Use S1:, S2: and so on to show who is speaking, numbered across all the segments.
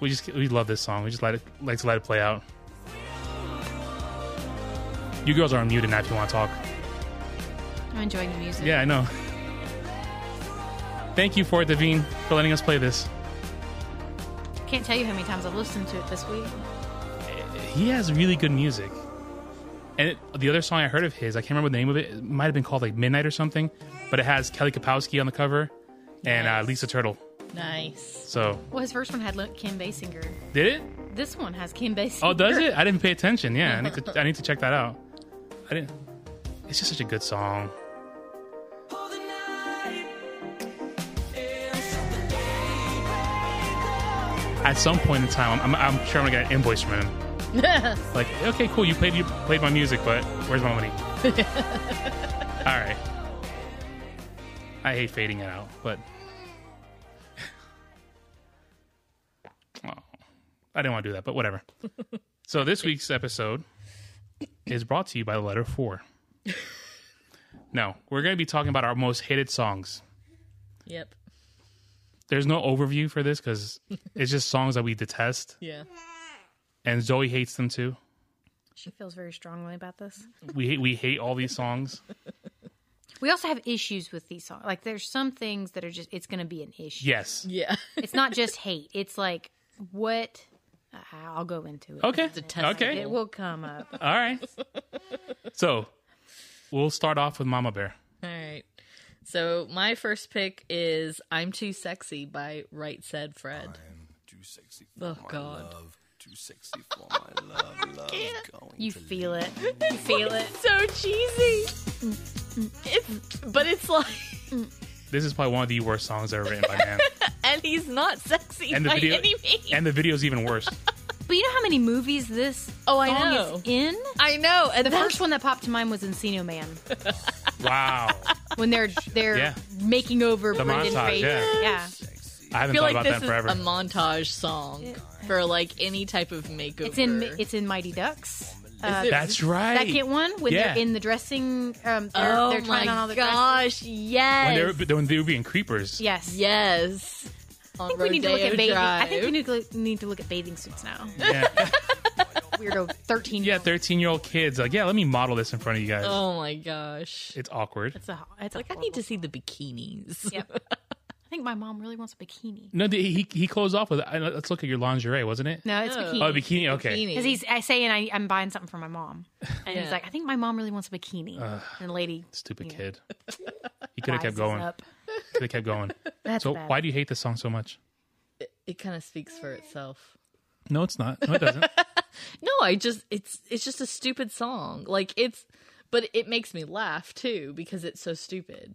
S1: we just we love this song. We just let it like to let it play out. You girls are unmuted now if you want to talk.
S2: I'm enjoying the music.
S1: Yeah, I know. Thank you for it, Devine, for letting us play this.
S2: Can't tell you how many times I've listened to it this week.
S1: He has really good music. And it, the other song I heard of his, I can't remember the name of it. It might have been called like Midnight or something, but it has Kelly Kapowski on the cover and uh,
S2: Nice.
S1: Lisa Turtle.
S2: Nice.
S1: So
S2: Well, his first one had Lo- Kim Basinger.
S1: did it?
S2: This one has Kim Basinger.
S1: Oh, does it? I didn't pay attention. Yeah, I need to. I need to check that out. I didn't. It's just such a good song. At some point in time, I'm, I'm, I'm sure I'm gonna get an invoice from him. Like, okay, cool, you played you played my music, but where's my money? All right. I hate fading it out, but oh, I didn't want to do that, but whatever. so this week's episode is brought to you by the letter four. no, we're going to be talking about our most hated songs.
S3: Yep.
S1: There's no overview for this because it's just songs that we detest,
S3: Yeah.
S1: and Zoe hates them too.
S2: She feels very strongly about this.
S1: We hate, we hate all these songs.
S2: We also have issues with these songs. Like, there's some things that are just, it's going to be an issue.
S1: Yes.
S3: Yeah.
S2: It's not just hate. It's like, what? I- I'll go into it.
S1: Okay.
S3: Detestable.
S1: Okay.
S2: It will come up.
S1: All right. So we'll start off with Mama Bear.
S3: All right. So my first pick is "I'm Too Sexy" by Right Said Fred.
S4: Too sexy for
S3: Oh
S4: my
S3: God.
S4: love. Too sexy for my love. Love is going.
S2: You feel it. You feel it.
S3: So cheesy. It's, but it's like,
S1: This is probably one of the worst songs ever written by man.
S3: and he's not sexy
S1: And the
S3: by
S1: video-
S3: any means.
S1: and the video's even worse.
S2: But you know how many movies this
S3: Oh, I
S2: song
S3: know.
S2: is in?
S3: I know. And
S2: The
S3: that's-
S2: first one that popped to mind was Encino Man
S1: Wow.
S2: when they're they're
S1: Yeah.
S2: making over
S1: The
S2: Brendan
S1: montage,
S2: Fraser.
S1: yeah.
S2: yeah.
S1: I haven't
S3: I
S1: thought
S3: feel like
S1: about
S3: this
S1: that
S3: is
S1: forever.
S3: a montage song for like any type of makeover.
S2: It's in it's in Mighty Ducks. Uh,
S3: it-
S1: That's right.
S2: second one when
S1: Yeah.
S2: they're in the dressing. Um, they're,
S3: oh
S2: they're
S3: my
S2: trying on all the dresses.
S3: gosh!
S1: when they were
S3: Yes.
S1: when they were being creepers.
S2: Yes.
S3: Yes. On
S2: I think we need to look at
S3: Rodeo
S2: bathing. I think we
S3: Drive.
S2: need to, look- need to look at bathing suits now.
S1: Yeah.
S2: Weirdo thirteen.
S1: Yeah, thirteen year old kids like, yeah, let me model this in front of you guys.
S3: Oh my gosh.
S1: It's awkward.
S2: It's a, it's a
S3: Like I need to see the bikinis.
S2: horrible- Yep. I think my mom really wants a bikini.
S1: No, the- he he closed off with I- let's look at your lingerie, wasn't it?
S2: No, it's
S3: No.
S2: bikini.
S1: Oh, bikini. Okay.
S3: Bikini.
S2: Because he's I saying I, I'm buying something for my mom, and
S3: Yeah.
S2: he's like, I think my mom really wants a bikini. and the lady
S1: Stupid
S2: Yeah.
S1: kid. He could have kept
S2: rises
S1: going.
S2: Up.
S1: Could have kept going.
S2: That's
S1: So
S2: bad.
S1: why do you hate this song so much?
S3: it, kind of speaks for itself.
S1: No, it's not. No, it doesn't.
S3: No, I just it's it's just a stupid song. Like it's but it makes me laugh too because it's so stupid.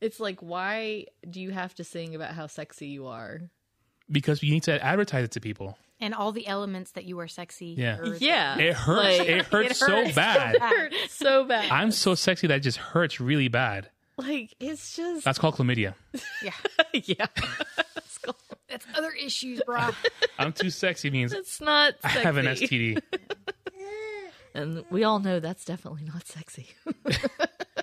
S3: It's like why do you have to sing about how sexy you are?
S1: because you need to advertise it to people.
S2: and all the elements that you are sexy.
S1: Yeah.
S2: or-
S3: Yeah.
S1: It hurts.
S3: Like,
S1: it hurts so
S2: hurts so
S1: bad.
S3: hurt so bad.
S1: I'm so sexy that it just hurts really bad.
S3: like it's just
S1: That's called chlamydia.
S2: yeah.
S3: yeah.
S2: That's other issues, bro.
S1: I'm too sexy means
S3: it's not
S1: I
S3: sexy.
S1: have an STD.
S3: And we all know that's definitely not sexy.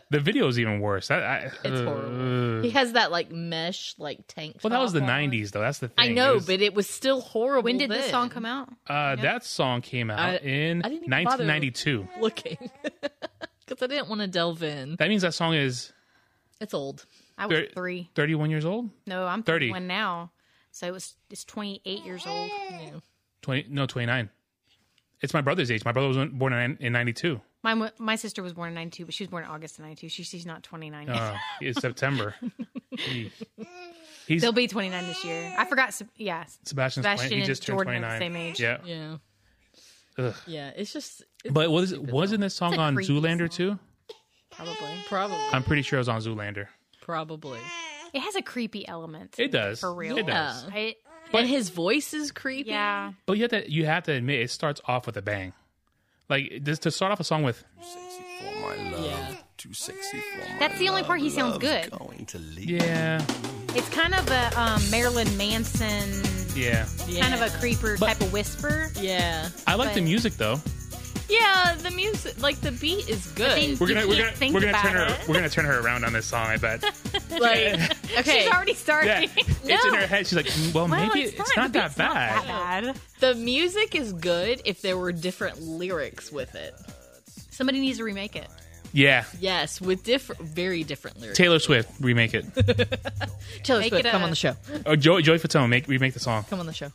S1: The video is even worse. That, I, uh,
S3: It's horrible. He has that like mesh like tank
S1: Well, that was
S3: top
S1: the
S3: on.
S1: '90s, though. That's the thing.
S3: I know, but it was still horrible.
S2: When did this
S3: then.
S2: song come out?
S1: uh, that song came out
S3: I-
S1: in
S3: I didn't even bother.
S1: 1992.
S3: looking because I didn't want to delve in.
S1: That means that song is
S3: It's old.
S2: I was
S1: Thir-
S2: three.
S1: 31 years old.
S2: No, I'm
S1: 30.
S2: 31 now. So it was it's 28 years old.
S1: 20? No, 29. It's my brother's age. My brother was born in in '92.
S2: My mo- my sister was born in 92, but she was born in August of 92. She, she's not 29 yet.
S1: Uh, it's September. He- He's
S2: They'll be 29 this year. I forgot. Seb- Yeah.
S1: Sebastian's
S2: Sebastian
S1: 20, he
S2: and
S1: just turned
S2: Jordan
S1: 29.
S2: are the same age.
S1: Yeah.
S3: Yeah,
S1: Ugh.
S3: yeah. It's just it's
S1: But was wasn't this song
S2: It's a
S1: on
S2: creepy
S1: Zoolander too?
S3: probably probably
S1: I'm pretty sure it was on Zoolander.
S3: probably.
S2: It has a creepy element.
S1: It does.
S2: For real.
S1: It does.
S3: Yeah.
S2: I,
S3: and his voice is creepy.
S2: Yeah.
S1: But you have to you have to admit it starts off with a bang. Like this to start off a song with
S4: Sexy for my love.
S3: Yeah.
S4: Too sexy for my
S2: That's the only
S4: love.
S2: part he sounds
S4: Love's
S2: good.
S4: Going to leave.
S1: yeah
S2: It's kind of a um, Marilyn Manson,
S1: yeah.
S2: kind of a creeper
S1: But-
S2: type of whisper.
S3: Yeah.
S1: I like the
S2: But-
S1: music though.
S3: Yeah, the music, like the beat is
S2: mean,
S3: good.
S1: We're gonna
S2: You
S1: we're
S2: can't
S1: gonna
S2: think
S1: we're gonna turn
S2: about
S1: her
S2: it.
S1: we're gonna turn her around on this song. I bet.
S3: Like, okay,
S2: She's already starting.
S1: Yeah, it's in
S3: No.
S1: her head. She's like, "Mm, well,
S2: Well,
S1: maybe
S2: it's
S1: it's, not,
S2: fine. The
S1: that
S2: beat's not
S1: bad.
S2: that bad.
S3: the music is good if there were different lyrics with it.
S2: Somebody needs to remake it.
S1: Yeah,
S3: Yes, with different, very different lyrics.
S1: Taylor Swift remake it.
S3: Taylor
S2: Make
S3: Swift,
S2: it
S3: come
S2: a-
S3: on the show.
S1: Oh, Joey Joey Fatone make remake the song.
S3: Come on the show.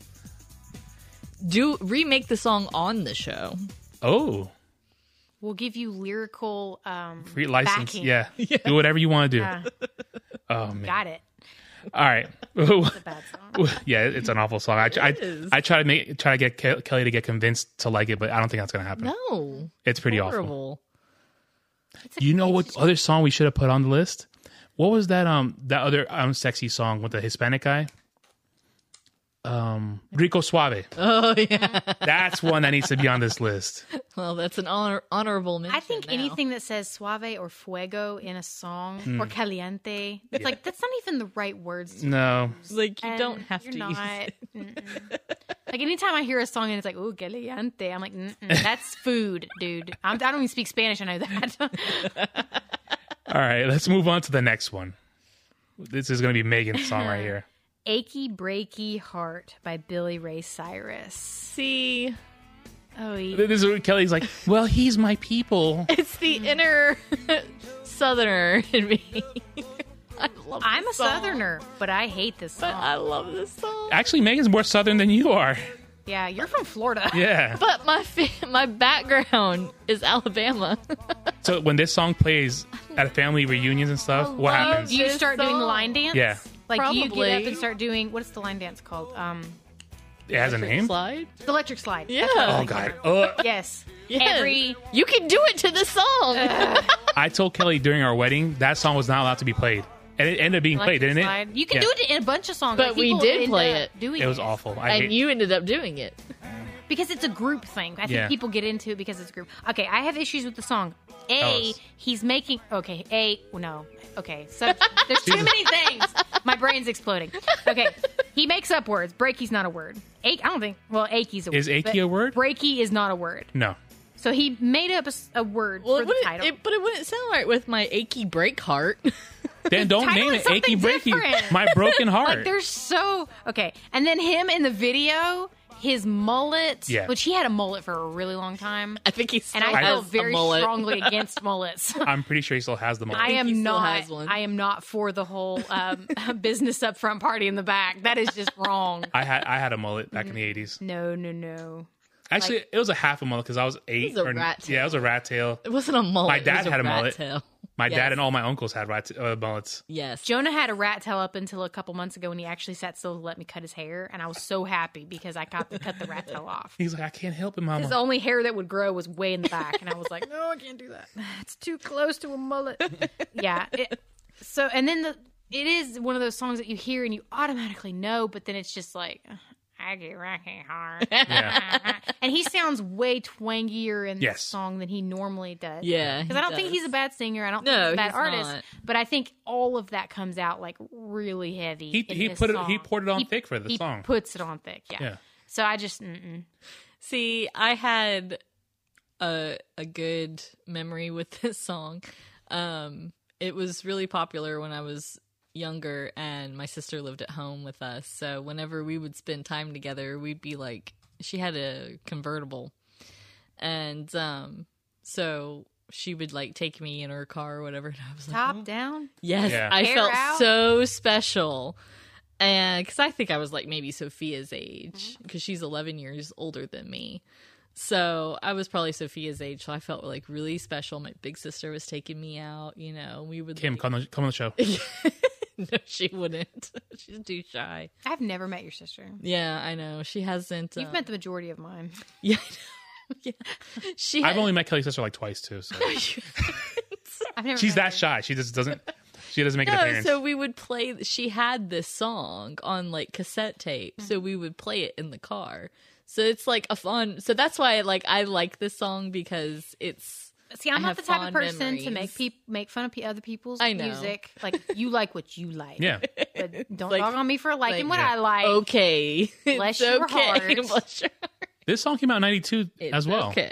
S3: Do remake the song on the show.
S1: Oh,
S2: We'll give you lyrical. Um,
S1: free license.
S2: Backing.
S1: Yeah. do whatever you want to do.
S2: Yeah.
S1: Oh man.
S2: got it.
S1: All right.
S2: Bad song.
S1: yeah, it's an awful song. I I,
S3: is.
S1: I try to make try to get Ke- Kelly to get convinced to like it, but I don't think that's gonna happen.
S3: No,
S1: It's pretty awful.
S3: horrible.
S1: You know what other song we should have put on the list? What was that um that other um sexy song with the Hispanic guy? Um Rico Suave.
S3: Oh yeah.
S1: That's one that needs to be on this list.
S3: Well, that's an honor- honorable mention.
S2: I think
S3: now.
S2: anything that says suave or fuego in a song
S1: Hmm.
S2: or caliente, it's like that's not even the right words. to
S1: No.
S3: like you
S2: And
S3: don't have
S2: you're
S3: to
S2: not,
S3: use it.
S2: mm-mm. like anytime I hear a song and it's like, "Ooh, caliente," I'm like, Mm-mm, "That's food, dude." I'm, I don't even speak Spanish. I know that.
S1: All right, let's move on to the next one. This is gonna be Megan's song right here.
S2: "Achy Breaky Heart" by Billy Ray Cyrus.
S3: See,
S2: Oh, he,
S1: This is where Kelly's like, well, he's my people.
S3: it's the
S2: Hmm.
S3: inner southerner in me. I love.
S2: I'm a
S3: this song,
S2: Southerner, but I hate this
S3: but
S2: song.
S3: I love this song.
S1: Actually, Megan's more southern than you are.
S2: yeah, you're from Florida.
S1: Yeah.
S3: But my fa- my background is Alabama.
S1: So when this song plays at family reunions and stuff, what
S3: I love
S1: happens?
S2: Do you
S3: This
S2: start doing the line
S3: song.
S2: dance?
S1: Yeah.
S2: Like you get up
S3: Probably.
S2: and start doing what's the line dance called? Um,
S1: It has a name.
S3: Slide.
S2: the electric slide.
S3: Yeah.
S1: Oh God! Ugh.
S2: Yes.
S3: Yes.
S2: Every Uh,
S3: you can do it to this song.
S1: I told Kelly during our wedding that song was not allowed to be played, and it ended up being played,
S2: electric
S1: didn't
S2: slide.
S1: it?
S2: You can
S1: Yeah.
S2: do it in a bunch of songs,
S3: But
S2: like,
S3: we
S2: people
S3: did
S2: end
S3: play
S2: up
S3: it.
S2: Doing
S1: It was awful. I hate.
S3: and you ended up doing it.
S2: because it's a group thing. I think
S1: Yeah.
S2: people get into it because it's a group. Okay, I have issues with the song. A,
S1: Alice.
S2: he's making okay. A, well, no, okay. So there's too many things. My brain's exploding. Okay, he makes up words. Breaky's not a word. Ache, I don't think. Well, achy's a word.
S1: Is achy
S2: but
S1: a word?
S2: Breaky is not a word.
S1: no.
S2: So he made up a, s- a word
S3: Well,
S2: for
S3: it
S2: the
S3: wouldn't,
S2: title.
S3: it, but it wouldn't sound right with my achy break heart.
S1: Then don't
S2: title
S1: name
S2: is
S1: it "Achy
S2: something
S1: Breaky."
S2: different.
S1: My broken heart.
S2: Like they're so okay. And then him in the video, his mullet,
S1: Yeah.
S2: which he had a mullet for a really long time.
S3: I think he's
S2: And I feel very strongly against mullets.
S1: I'm pretty sure he still has them. All.
S2: I
S3: think he
S2: am
S3: still
S2: not.
S3: has one.
S2: I am not for the whole um, business up front, party in the back. That is just wrong.
S1: I had I had a mullet back in
S3: Mm-hmm.
S1: the '80s.
S2: No, no, no.
S1: Actually, it was a half a mullet because I was eight.
S3: was a
S1: or-
S3: rat tail.
S1: Yeah, it was a rat tail.
S3: It wasn't a mullet.
S1: My
S3: it
S1: dad
S3: was
S1: had a
S3: rat
S1: mullet.
S3: Tail.
S1: My
S3: Yes.
S1: dad and all my uncles had rat uh, mullets.
S3: Yes.
S2: Jonah had a rat tail up until a couple months ago when he actually sat still to let me cut his hair, and I was so happy because I got to cut the rat tail off.
S1: He's like, I can't help it, Mama.
S2: His only hair that would grow was way in the back, and I was like,
S3: no, I can't do that.
S2: it's too close to a mullet. yeah. It, so and then the it is one of those songs that you hear and you automatically know, but then it's just like I get rocking hard.
S1: Yeah.
S2: and he sounds way twangier in
S1: Yes.
S2: this song than he normally does.
S3: Yeah.
S2: Because I don't think he's a bad singer. I don't think
S3: No,
S2: he's a bad
S3: he's
S2: artist.
S3: not.
S2: But I think all of that comes out like really heavy.
S1: He-
S2: in
S1: he
S2: this
S1: put it-
S2: song.
S1: he poured it on thick for the
S2: he
S1: song.
S2: Puts it on thick. Yeah.
S1: Yeah.
S2: So I just mm-mm.
S3: See, I had a a good memory with this song. Um, it was really popular when I was younger, and my sister lived at home with us. So whenever we would spend time together, we'd be like, she had a convertible, and um, so she would like take me in her car or whatever, and I was like,
S2: top down.
S3: Yes,
S1: Yeah.
S3: I
S2: Hair
S3: felt
S2: out.
S3: so special. And because I think I was like maybe Sophia's age,
S2: Mm-hmm.
S3: because she's 11 years older than me. So I was probably Sophia's age. So I felt like really special. My big sister was taking me out, you know, we would.
S1: Kim, come on, come on the show.
S3: no, she wouldn't. She's too shy.
S2: I've never met your sister.
S3: Yeah, I know. She hasn't.
S2: You've
S3: um,
S2: met the majority of mine.
S3: Yeah. I know. yeah. She
S1: I've
S3: has,
S1: only met Kelly's sister like twice too. So.
S2: I've never
S1: She's
S2: met
S1: that
S2: her.
S1: shy. She just doesn't. She doesn't make an
S3: No,
S1: appearance.
S3: so we would play. She had this song on like cassette tape, so we would play it in the car. So it's like a fun. So that's why like I like this song because it's
S2: See, I'm
S3: I
S2: not
S3: have
S2: the type of
S3: fond
S2: person to make
S3: memories.
S2: people make fun of pe- other people's
S3: I know.
S2: music. Like you like what you like.
S1: yeah.
S2: But don't
S3: Like- Oh,
S2: dog on me for liking
S1: like-
S2: what I like.
S3: okay.
S2: Bless
S3: it's
S2: your
S3: okay.
S2: heart.
S3: Bless your heart.
S1: This song came out in 92
S3: It's
S1: as well.
S3: Okay.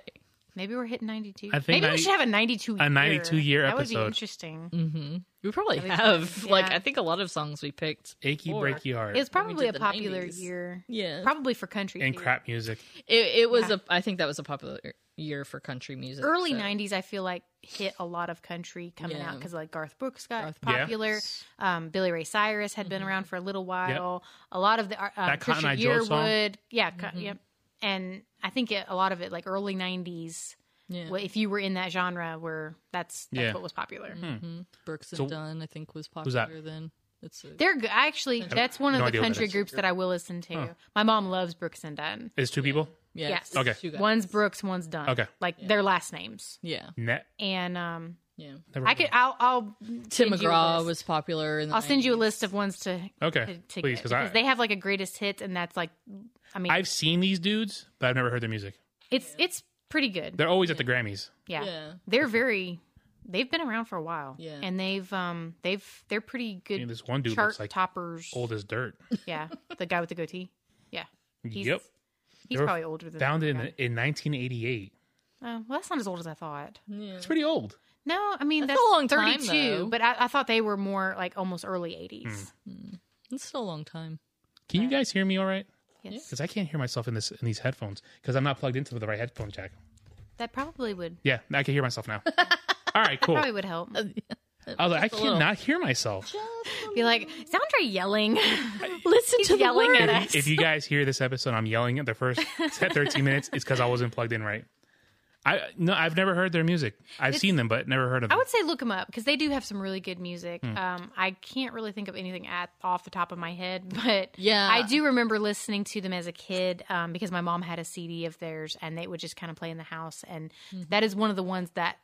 S2: Maybe we're hitting 92.
S1: I think
S2: Maybe we
S1: 90
S2: should have a 92
S1: a 92 year
S2: That would
S1: episode.
S2: be interesting.
S3: Mm-hmm. We probably
S2: At least-
S3: have. Like
S2: yeah.
S3: I think a lot of songs we picked.
S1: Achy
S3: Or-
S1: breaky heart
S2: It was
S3: When we
S2: probably a
S3: did the
S2: popular
S3: 90s.
S2: year.
S3: Yeah.
S2: Probably for country.
S1: and
S2: too.
S1: crap music.
S3: It, it was
S2: Yeah.
S3: a. I think that was a popular year for country music.
S2: Early
S3: so.
S2: 90s, I feel like, hit a lot of country coming
S3: Yeah.
S2: out because, like, Garth Brooks got
S3: Garth Mm-hmm.
S1: Brooks. Yeah.
S2: popular. Um, Billy Ray Cyrus had been around for a little while. A lot of the. Uh,
S1: That Cotton
S2: Christian
S1: Eye Joe song?
S2: Yearwood. Yeah. co-
S3: Mm-hmm.
S2: Yep. And I think it, a lot of it, like, early 90s,
S3: Yeah.
S2: well, if you were in that genre, were that's, that's
S1: Yeah.
S2: what was popular.
S3: Mm-hmm. Brooks and
S1: So-
S3: Dunn, I think, was popular
S1: that?
S3: then. That's a,
S2: They're good. I actually, that's one of
S1: no
S2: the
S1: idea what that
S2: country
S1: is.
S2: groups that I will listen to. My mom loves Brooks and Dunn.
S1: It's two people.
S3: yeah,
S2: yes.
S3: it's- it's
S1: Okay.
S3: two guys.
S2: One's Brooks, one's Dunn.
S1: Okay.
S2: Like their last names.
S3: Yeah,
S1: Net.
S2: And um,
S3: yeah.
S1: Never
S2: I could. I'll. I'll
S3: Tim
S2: send you a
S3: McGraw
S2: list.
S3: was popular. In the
S2: I'll send you a
S3: 90s.
S2: list of ones to.
S1: Okay,
S2: to, to
S1: please,
S2: get,
S1: because I
S2: they have like a greatest hits, and that's like, I mean,
S1: I've seen these dudes, but I've never heard their music.
S2: it's it's pretty good.
S1: They're always at the Grammys.
S2: Yeah.
S3: Yeah.
S2: they're very. They've been around for a while.
S3: Yeah.
S2: and they've um they've they're pretty good.
S1: mean, this one dude
S2: chart
S1: looks like
S2: toppers.
S1: Old as dirt.
S2: Yeah, the guy with the goatee. Yeah, He's-
S1: yep.
S2: he's
S1: They were
S2: probably older than
S1: Founded in,
S2: that guy.
S1: in 1988.
S2: Oh, well, that's not as old as I thought.
S3: yeah.
S1: It's pretty old.
S2: No, I mean
S3: Mm-hmm. That's
S2: that's,
S3: a long time,
S2: 32,
S3: though.
S2: but I, I thought they were more like almost early 80s.
S3: It's still a long time.
S1: Can you guys hear me all right?
S2: Yes.
S1: Because I can't hear myself in this in these headphones because I'm not plugged into the right headphone jack.
S2: That probably would
S1: Yeah, I can hear myself now. all right, cool.
S2: probably would help.
S3: uh,
S1: I was like, I
S3: a little.
S1: cannot hear myself.
S2: Be like, is Andre yelling?
S3: Listen
S2: He's
S3: to the
S2: yelling
S3: words.
S2: at us.
S1: if, if you guys hear this episode, I'm yelling at the first 10, 13 minutes. It's because I wasn't plugged in right. I no, I've never heard their music. I've seen them, but never heard of
S2: I
S1: them.
S2: would say look them up because they do have some really good music. Um, I can't really think of anything at off the top of my head, but
S3: Yeah.
S2: I do remember listening to them as a kid um, because my mom had a CD of theirs and they would just kind of play in the house, and
S3: Mm-hmm.
S2: that is one of the ones that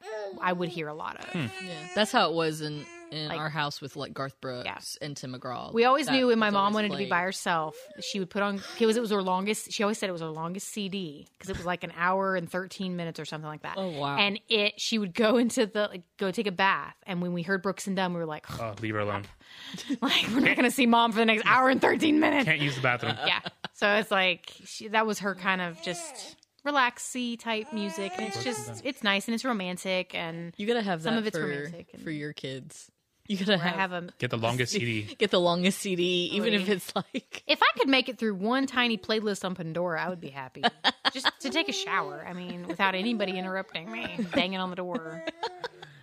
S2: I would hear a lot of.
S3: Yeah. That's how it was in in
S2: Like-
S3: our house with like Garth Brooks and Tim McGraw.
S2: We always
S3: That
S2: knew when my
S3: was
S2: mom
S3: always
S2: wanted to be by
S3: played.
S2: herself, she would put on it was it was her longest. She always said it was her longest CD because it was like an hour and thirteen minutes or something like that.
S3: Oh, wow.
S2: And it she would go into the like, go take a bath, and when we heard Brooks and Dunn, we were like,
S1: oh, leave her alone.
S2: like we're not gonna see mom for the next hour and thirteen minutes.
S1: Can't use the bathroom.
S2: Yeah, so it's like she, that was her kind of just relaxy type music, and it's just it's nice and it's romantic, and
S3: You gotta have that
S2: Some of it's
S3: for,
S2: romantic and-
S3: for your kids. You gotta
S2: I have
S3: have,
S2: a.
S1: Get the longest CD.
S3: get the longest CD, even if
S2: Totally.
S3: it's like
S2: If I could make it through one tiny playlist on Pandora, I would be happy. Just to take a shower. I mean, without anybody interrupting me, banging on the door.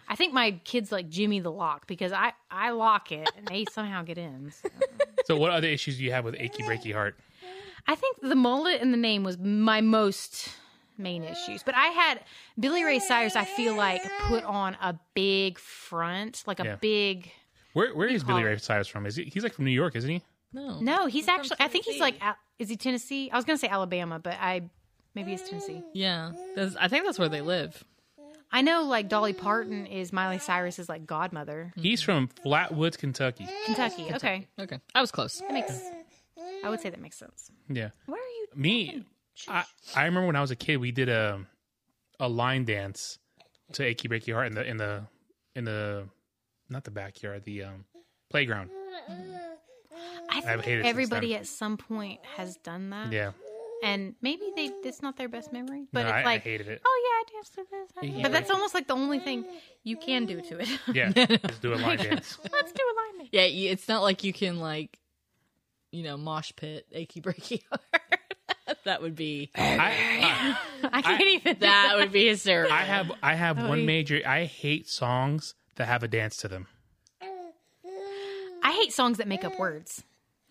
S2: I think my kids like Jimmy the lock because I, I lock it and they somehow get in. so.
S1: So, what other issues do you have with achy breaky heart?
S2: I think the mullet and the name was my most main issues. But I had Billy Ray Cyrus, I feel like, put on a big front, like a
S1: Yeah.
S2: big.
S1: Where Where is Billy
S2: call
S1: Ray Cyrus from? Is he? He's like from New York, isn't he?
S2: Mm-hmm.
S3: no.
S2: No, he's actually, I think he's like,
S3: Tennessee.
S2: Al- is he Tennessee? I was going to say Alabama, but I, maybe it's Tennessee.
S3: Yeah, that's, I think that's where they live.
S2: I know like Dolly Parton is Miley Cyrus's like godmother.
S1: He's from Flatwoods, Kentucky.
S2: Kentucky. Okay.
S3: Okay, I was close.
S2: That makes I would say that makes sense.
S1: Yeah.
S2: Where are you
S1: Me, I, I remember when I was a kid, we did a a line dance to achy breaky heart in the in the in the not the backyard, the um playground.
S2: I
S1: I've hated it
S2: think
S1: since
S2: everybody
S1: then.
S2: at some point has done that.
S1: Yeah.
S2: And maybe they it's not their best memory. Mm. But
S1: No,
S2: it's
S1: I, I
S2: like
S1: hated it.
S2: Oh yeah, I danced to this. I
S1: Yeah.
S2: But that's almost like the only thing you can do to it.
S1: Yeah, just do a line dance.
S2: Let's do alignment.
S3: Yeah, you- it's not like you can like, you know, mosh pit, achy breaky heart. that would be
S1: I,
S2: I can't even
S3: that would be hysterical.
S1: I, I have I have
S2: he-
S1: one major. I hate songs that have a dance to them.
S2: I hate songs that make up words.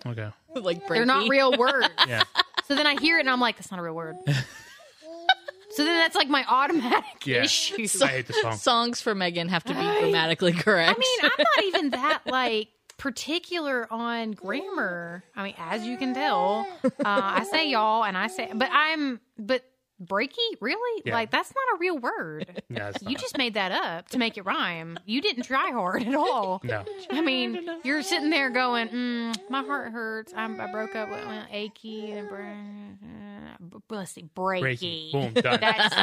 S1: Okay.
S3: like
S2: They're not
S3: breaky.
S2: real words.
S1: Yeah.
S2: So then I hear it and I'm like, that's not a real word. so then that's like my automatic
S1: Yeah.
S2: issue.
S1: I hate the song.
S3: Songs for Megan have to be grammatically
S2: I
S3: correct.
S2: mean, I'm not even that like particular on grammar. I mean, as you can tell, uh, I say y'all and I say, but I'm, but Breaky? Really?
S1: Yeah.
S2: Like that's not a real word.
S1: Yeah, it's
S2: you
S1: not-
S2: just made that up to make it rhyme. You didn't try hard at all.
S1: no.
S2: I mean, you're sitting there going, mm, "My heart hurts. I'm, I broke up with well, achy and br- uh, busty, breaky."
S1: Breaky. Boom. Done.
S2: That's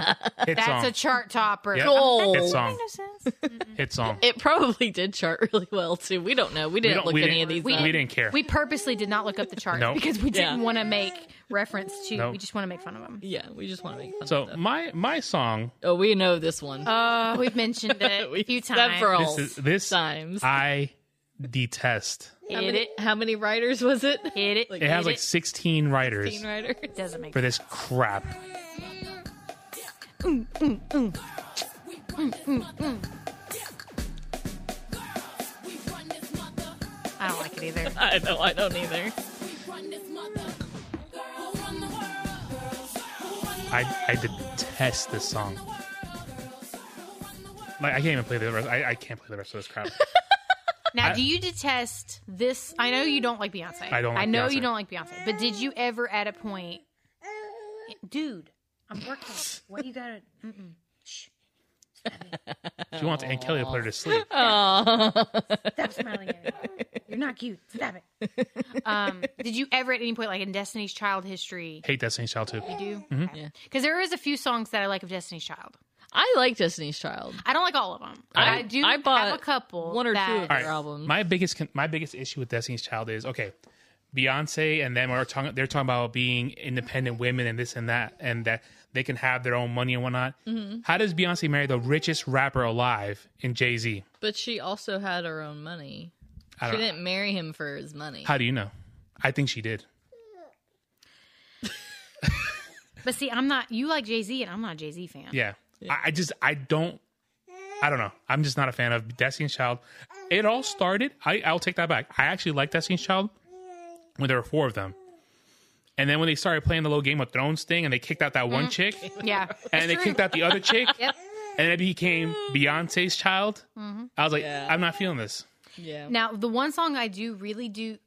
S1: Hit
S2: that's
S1: song.
S2: a chart topper.
S1: Yeah.
S3: Gold.
S1: Hit
S2: That
S1: song.
S2: makes no sense. Mm-mm.
S1: Hit song.
S3: It probably did chart really well too. We don't know. We didn't
S1: don't-
S3: look
S1: we
S3: any
S1: didn't-
S3: of these.
S1: We
S2: We
S3: up.
S1: didn't, care.
S2: We purposely did not look up the charts
S1: No.
S2: because we
S3: Yeah.
S2: didn't want to make reference to.
S1: No.
S2: We just want to make fun of them.
S3: yeah, we just want to make fun.
S1: so
S3: of them.
S1: my my song.
S3: oh, we know this one.
S2: Oh, we've mentioned it a
S3: We-
S2: few times.
S3: several
S1: This is this
S3: times.
S1: I detest.
S3: how,
S2: Hit
S3: many,
S2: it,
S3: how many writers was it?
S2: hit it.
S1: It has
S2: hit
S1: like 16 writers
S3: 15 writers.
S2: it. doesn't make
S1: for this crap.
S2: sense. I don't like it either.
S3: I know. I don't either.
S1: I I detest this song. Like I can't even play the rest. I, I can't play the rest of this crap.
S2: Now,
S1: I-
S2: do you detest this? I know you don't like Beyonce.
S1: I don't like
S2: I know
S1: Beyonce.
S2: you don't like Beyonce. But did you ever, at a point, dude? I'm working. What you gotta? Mm-mm. Shh.
S1: she wants Aunt Kelly to put her to sleep.
S2: Stop smiling at me. You're not cute. Stop it. Um, did you ever, at any point, like in Destiny's Child history,
S1: Hate Destiny's Child too.
S2: you do? Because
S1: Mm-hmm.
S2: there is a few songs that I like of Destiny's Child.
S3: I like Destiny's Child.
S2: I don't like all of them.
S3: I-
S2: I, do.
S3: I
S2: have
S3: bought
S2: a couple,
S3: one or two
S2: that-
S3: of them.
S1: All right.
S3: albums.
S1: My biggest con- my biggest issue with Destiny's Child is okay. Beyonce and them are talking. They're talking about being independent women and this and that, and that they can have their own money and whatnot. How does Beyonce marry the richest rapper alive in Jay Z?
S3: But she also had her own money.
S1: I
S3: She
S1: don't know.
S3: didn't marry him for his money.
S1: How do you know? I think she did.
S2: But see, I'm not. You like Jay Z, and I'm not a Jay Z fan.
S1: Yeah. I, I just I don't I don't know. I'm just not a fan of Destiny's Child. It all started. I, I'll take that back. I actually liked Destiny's Child when there were four of them, and then when they started playing the little Game of Thrones thing, and they kicked out that one chick,
S2: Yeah.
S1: and they kicked out the other chick,
S2: Mm-hmm. Yep. Mm-hmm.
S1: and it became Beyonce's Child. I was like,
S3: Yeah.
S1: I'm not feeling this.
S3: Yeah.
S2: Now, the one song I do really do,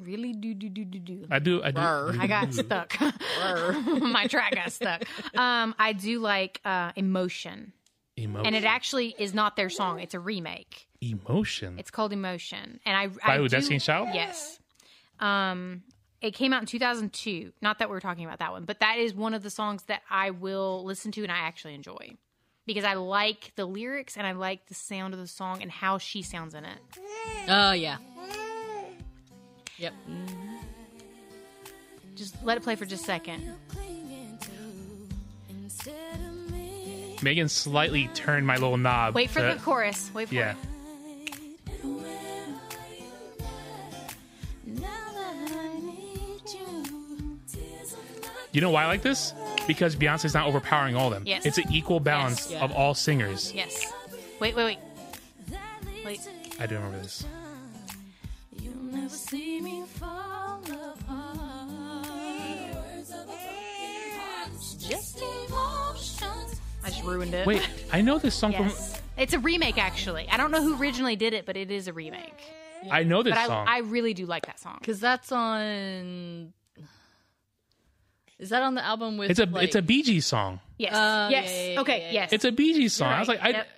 S2: really do do do do do.
S1: I do. I do.
S3: Brr.
S2: I got stuck. My track got stuck. Um, I do like uh, emotion,
S1: emotion.
S2: and it actually is not their song. It's a remake.
S1: emotion.
S2: It's called Emotion, and I
S1: By
S2: I
S1: who,
S2: do-
S1: Destiny's Child?
S2: Yes. Um, it came out in 2002. Not that we were talking about that one, but that is one of the songs that I will listen to and I actually enjoy because I like the lyrics and I like the sound of the song and how she sounds in it.
S3: Oh yeah. Yep.
S2: Just let it play for just a second.
S1: Megan slightly turned my little knob.
S2: Wait for
S1: to-
S2: the chorus. Wait for
S1: Yeah.
S2: it.
S1: You know why I like this? Because Beyonce's not overpowering all of them.
S2: Yes.
S1: It's an equal balance
S3: Yes. Yeah.
S1: of all singers.
S2: Yes. Wait, wait, wait. Wait.
S1: I do remember this.
S2: I just ruined it.
S1: Wait, I know this song
S2: Yes. It's a remake, actually. I don't know who originally did it, but it is a remake.
S1: from. I know this
S2: But I,
S1: song.
S2: I really do like that song.
S3: Because that's on. Is that on the album with?
S1: it's a
S3: like-
S1: it's a Bee Gees song.
S2: Yes.
S3: Oh,
S2: yes.
S3: yeah, yeah,
S2: okay.
S3: yeah,
S2: yes.
S1: It's a Bee Gees song.
S2: You're
S1: I was like,
S2: right.
S1: I,
S2: Yep.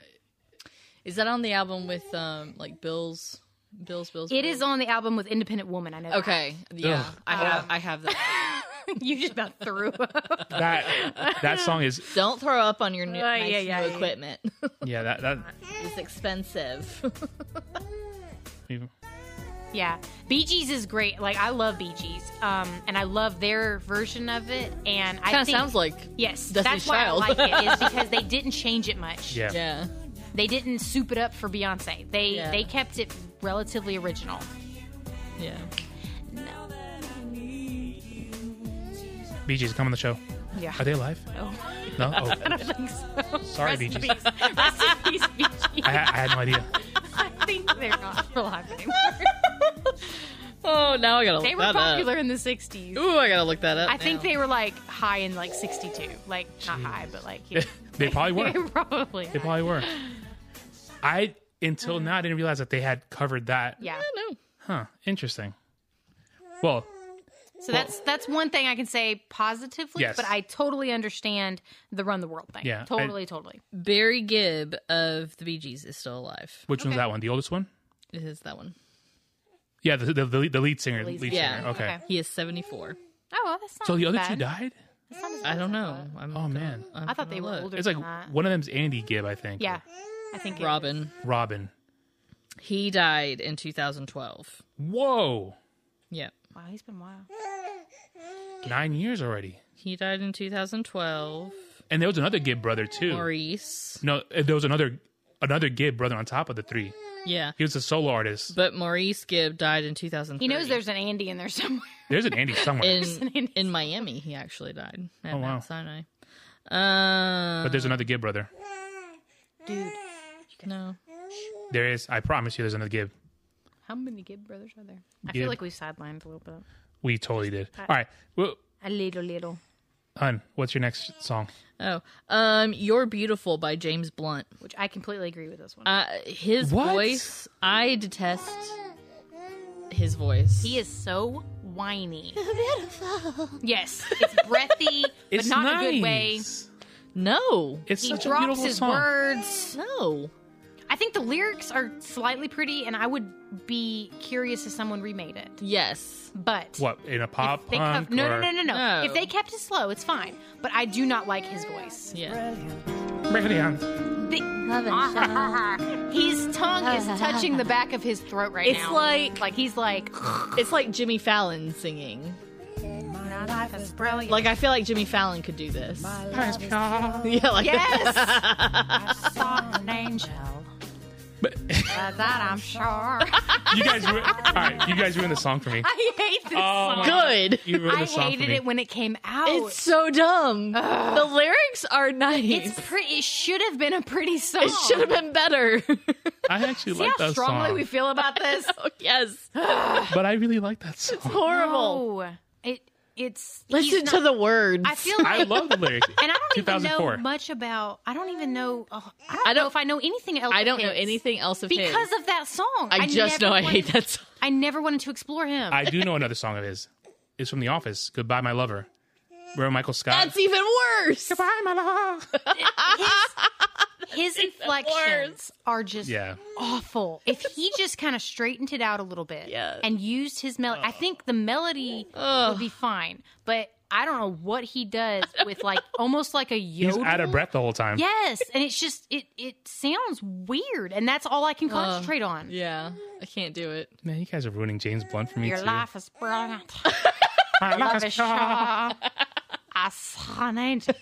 S3: Is that on the album with um like Bill's Bill's Bill's?
S2: It is on the album with Independent Woman. I know. that.
S3: Okay. Yeah.
S1: Ugh.
S3: I have. I have that.
S2: you just about threw. up.
S1: that that song is
S3: Don't throw up on your new,
S2: Uh,
S3: nice
S2: yeah, yeah,
S3: new
S2: yeah.
S3: equipment.
S1: yeah that that.
S3: it's expensive.
S2: yeah. Bee Gees is great. Like I love Bee Gees. Um, and I love their version of it. And I
S3: kind of
S2: think
S3: sounds like.
S2: yes.
S3: Destiny's
S2: that's why
S3: Child.
S2: I like it is because they didn't change it much.
S1: Yeah.
S3: Yeah.
S2: They didn't soup it up for Beyonce. They
S3: Yeah.
S2: they kept it relatively original.
S3: Yeah.
S1: Bee Gees come on the show.
S2: Yeah.
S1: Are they alive?
S2: No.
S1: No. Oh,
S2: I think so.
S1: sorry, Bee
S2: Rest in
S1: Gees.
S2: peace. Rest in peace, Bee Gees.
S1: I, ha- I had no idea.
S2: I think they're not alive anymore.
S3: Oh, now I gotta. Look
S2: They were
S3: that
S2: popular in the '60s.
S3: Up. Ooh, I gotta look that up.
S2: I think
S3: now.
S2: they were like high in like 62. Like, not high, but like, you know,
S1: they probably were.
S2: they probably.
S1: They probably were. I until
S2: Mm.
S1: now I didn't realize that they had covered that.
S2: yeah.
S3: I don't know.
S1: Huh. Interesting. Well,
S2: So that's that's one thing I can say positively,
S1: Yes.
S2: but I totally understand the run the world thing.
S1: Yeah, I-
S2: Totally, totally. Oh,
S3: Barry Gibb of the Bee Gees is still alive.
S1: Which one's that one? The oldest one?
S3: It is that one.
S1: Yeah, the the, the, the lead singer. Lead,
S2: Lead
S1: singer.
S3: singer. Yeah.
S1: Okay.
S2: Okay.
S3: He is 74.
S2: Oh, well, that's not
S1: So the other
S2: bad.
S1: two died.
S2: That's not as
S3: I
S2: bad
S3: don't
S2: as
S3: know.
S2: thought.
S3: I'm
S1: Oh man,
S3: I'm
S2: I thought
S3: gonna
S2: they were
S3: look.
S2: older.
S1: it's like
S2: than that.
S1: one of them's Andy Gibb, I think.
S2: Yeah, I think it-
S3: Robin.
S1: Robin.
S3: He died in 2012.
S1: Whoa,
S3: Yep.
S2: Wow, he's been wild.
S1: nine years already.
S3: He died in 2012.
S1: And there was another Gibb brother too.
S3: Maurice.
S1: No, uh, there was another another Gibb brother on top of the three.
S3: Yeah.
S1: He was a solo artist.
S3: But Maurice Gibb died in 2003.
S2: He knows there's an Andy in there somewhere.
S1: There's an Andy somewhere,
S3: in,
S2: an Indian-
S3: in Miami. He actually died at
S1: Oh, wow.
S3: Mount Sinai. Uh,
S1: but there's another Gibb brother.
S2: Dude,
S3: no.
S1: There is. I promise you, there's another Gibb.
S2: how many Gibb brothers are there? I
S1: Gibb.
S2: feel like we sidelined a little bit.
S1: We totally did. All right, well,
S2: A little, little.
S1: hun, what's your next song?
S3: Oh, um, "You're Beautiful" by James Blunt.
S2: Which I completely agree with this one.
S3: Uh, his
S1: What?
S3: voice, I detest his voice.
S2: he is so whiny. Yes, it's breathy, but not in a good way.
S3: no,
S1: It's
S2: He
S1: such a
S2: drops
S1: beautiful
S2: his
S1: song.
S2: words.
S3: no.
S2: I think the lyrics are slightly pretty, and I would be curious if someone remade it.
S3: Yes,
S2: But
S1: What in a pop
S2: if they
S1: punk?
S2: co- no, no,
S1: or-
S2: no, no, no,
S3: No.
S2: If they kept it slow, it's fine. But I do not like his voice.
S3: yeah.
S1: Break it down.
S2: The- his tongue is touching the back of his throat right
S3: It's
S2: now.
S3: like-
S2: like he's like,
S3: It's like Jimmy Fallon singing.
S2: my life is brilliant.
S3: Like I feel like Jimmy Fallon could do this. Yeah, like
S2: yes, I saw an angel.
S1: But
S2: Of that I'm sure.
S1: you guys, ru- all right, you guys ruined the song for me.
S2: I hate this
S1: Oh
S2: song.
S1: my-
S3: good.
S1: You ruined
S2: I
S1: the song
S2: hated
S1: for me.
S2: it when it came out.
S3: It's so dumb. The lyrics are nice.
S2: it's pretty. It should have been a pretty song.
S3: it should have been better.
S1: I actually
S2: See
S1: like
S2: how
S1: that
S2: strongly
S1: song,
S2: we feel about this.
S3: oh, yes,
S1: but I really like that song.
S3: horrible.
S2: No. It it's
S3: Listen to the words.
S2: I feel like
S1: I love the lyrics.
S2: and I don't even
S1: 2004.
S2: know much about I don't even know oh, I don't
S3: I
S2: know
S3: don't-
S2: if I know anything else.
S3: I
S2: of
S3: don't know
S2: his
S3: anything else of his.
S2: because of that song.
S3: I, just
S2: never
S3: know I
S2: wanted-
S3: hate that song.
S2: I never wanted to explore him.
S1: I do know another song of his. It's from The Office. Goodbye, my lover. Where Michael Scott?
S3: That's even worse. Goodbye, my love.
S2: his inflections are just
S1: yeah.
S2: awful. If he just kind of straightened it out a little bit
S3: Yes.
S2: and used his melody, I think the melody would be fine. But I don't know what he does with like almost like a
S1: He's
S2: yodel.
S1: out of breath the whole time.
S2: Yes, and it's just it it sounds weird, and that's all I can concentrate on.
S3: Yeah, I can't do it.
S1: Man, you guys are ruining James Blunt for me
S2: Your
S1: too.
S2: life is brilliant.
S1: My life
S2: Love
S1: is
S2: is sure. I saw an angel.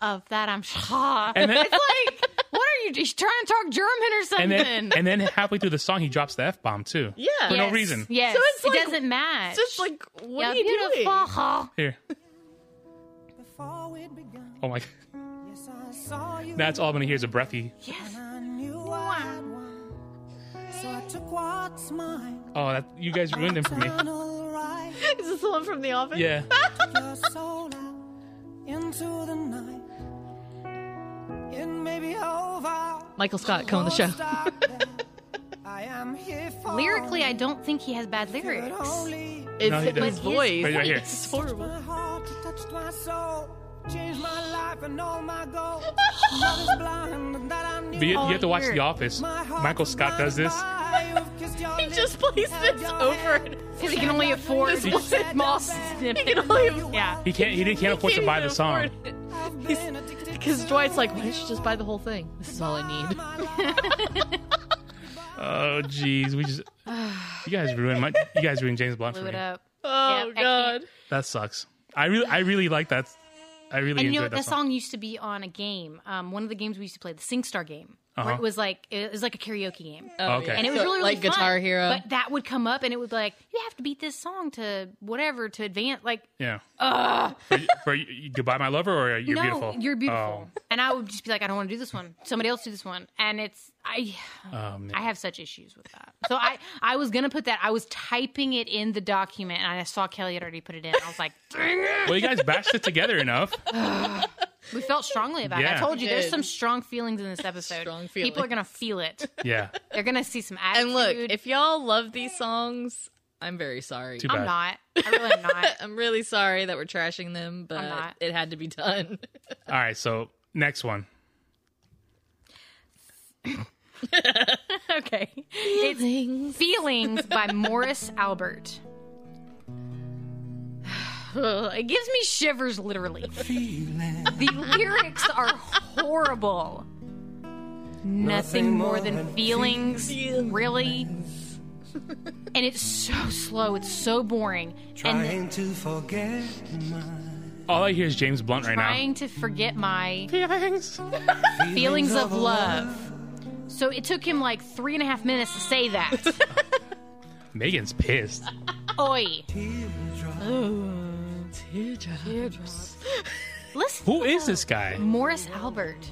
S2: of that, I'm sure.
S1: And then-
S2: it's like, what are you? He's trying to talk German or
S1: And
S2: something.
S1: then, and then halfway through the song, he drops the f bomb too.
S3: Yeah.
S1: For
S2: yes,
S1: no reason.
S2: Yes,
S3: So it's
S2: it
S3: like-
S2: doesn't match.
S3: It's just like, what
S2: You're
S3: are you doing?
S2: beautiful.
S1: Here.
S4: Before it begun,
S1: Oh my.
S4: yes, I saw you.
S1: That's all I'm gonna hear is a breathy.
S2: Yes.
S4: I knew I had one. So I took what's mine.
S1: Oh, that you guys ruined him for me.
S4: Done all right.
S3: Is this the one from The Office?
S1: Yeah.
S4: Your soul out into the night. It may be over.
S3: Michael Scott, come on the
S4: Don't
S3: show.
S4: stop there. I am here for
S2: Lyrically, I don't think he has bad
S4: it
S2: lyrics.
S4: only
S3: It's
S1: No, he doesn't.
S3: his voice.
S1: Right, right here.
S3: It's horrible.
S4: my heart, it touched my soul, changed my life and all my goals. Love is blind, and that I knew.
S1: But you, you have to watch
S2: Weird.
S1: The Office.
S4: My heart
S1: Michael
S4: is
S1: Scott does this.
S4: blind by you've kissed your
S3: He
S4: lips
S3: just plays
S4: and
S3: this
S4: your
S3: over
S4: hand.
S3: and
S2: Because he can only afford
S3: This is-
S2: small
S3: he
S2: snippets.
S3: can only
S2: Yeah.
S1: He can't. He didn't. Can't afford to buy the song.
S4: I've been addicted
S3: Because
S4: to
S3: Dwight's like, why don't you just buy the whole thing? This is all I need.
S4: my life.
S1: Oh, jeez. We just. You guys ruined my. You guys ruined James Blunt for
S2: Blew it
S1: me.
S2: up.
S3: Oh
S2: I can't.
S3: God.
S1: That sucks. I really. I really like that. I really
S2: And you
S1: enjoyed
S2: know what?
S1: that
S2: That
S1: song.
S2: song used to be on a game. Um, one of the games we used to play, the SingStar game,
S1: Uh-huh.
S2: where it was like it was like a karaoke game.
S1: okay.
S2: and it was
S3: So,
S2: really, really
S3: like
S2: fun.
S3: Guitar Hero.
S2: But that would come up, and it would be like, you have to beat this song to whatever to advance. Like,
S1: Yeah. For, for you- you- goodbye, my lover, or you're
S2: no,
S1: beautiful.
S2: you're beautiful.
S1: Oh,
S2: And I would just be like, I don't want to do this one. Somebody else do this one. And it's I,
S1: oh, man.
S2: I have such issues with that. So I, I was gonna put that. I was typing it in the document, and I saw Kelly had already put it in. I was like, dang it.
S1: well, you guys bashed it together enough.
S2: we felt strongly about it.
S1: Yeah.
S2: I told you, there's
S3: did.
S2: some strong feelings in this episode.
S3: Strong
S2: People are
S3: feelings.
S2: gonna feel it.
S1: Yeah.
S2: They're gonna see some attitude.
S3: And look, if y'all love these songs, I'm very sorry.
S1: Too
S2: I'm
S1: bad.
S2: not. I really am not.
S3: I'm really sorry that we're trashing them, but
S2: not.
S3: it had to be done.
S1: All right, so next one.
S2: okay. It's Feelings by Morris Albert. it gives me shivers, literally. The lyrics are horrible. Nothing more than feelings, really. And it's so slow. It's so boring. and
S4: Trying to forget my
S1: All I hear is James Blunt right now.
S2: trying to forget my
S1: Feelings.
S2: feelings of love. So it took him like three and a half minutes to say that.
S1: Megan's pissed.
S2: Oi.
S4: teardrop.
S2: Listen.
S1: Who is this guy?
S2: Morris Albert.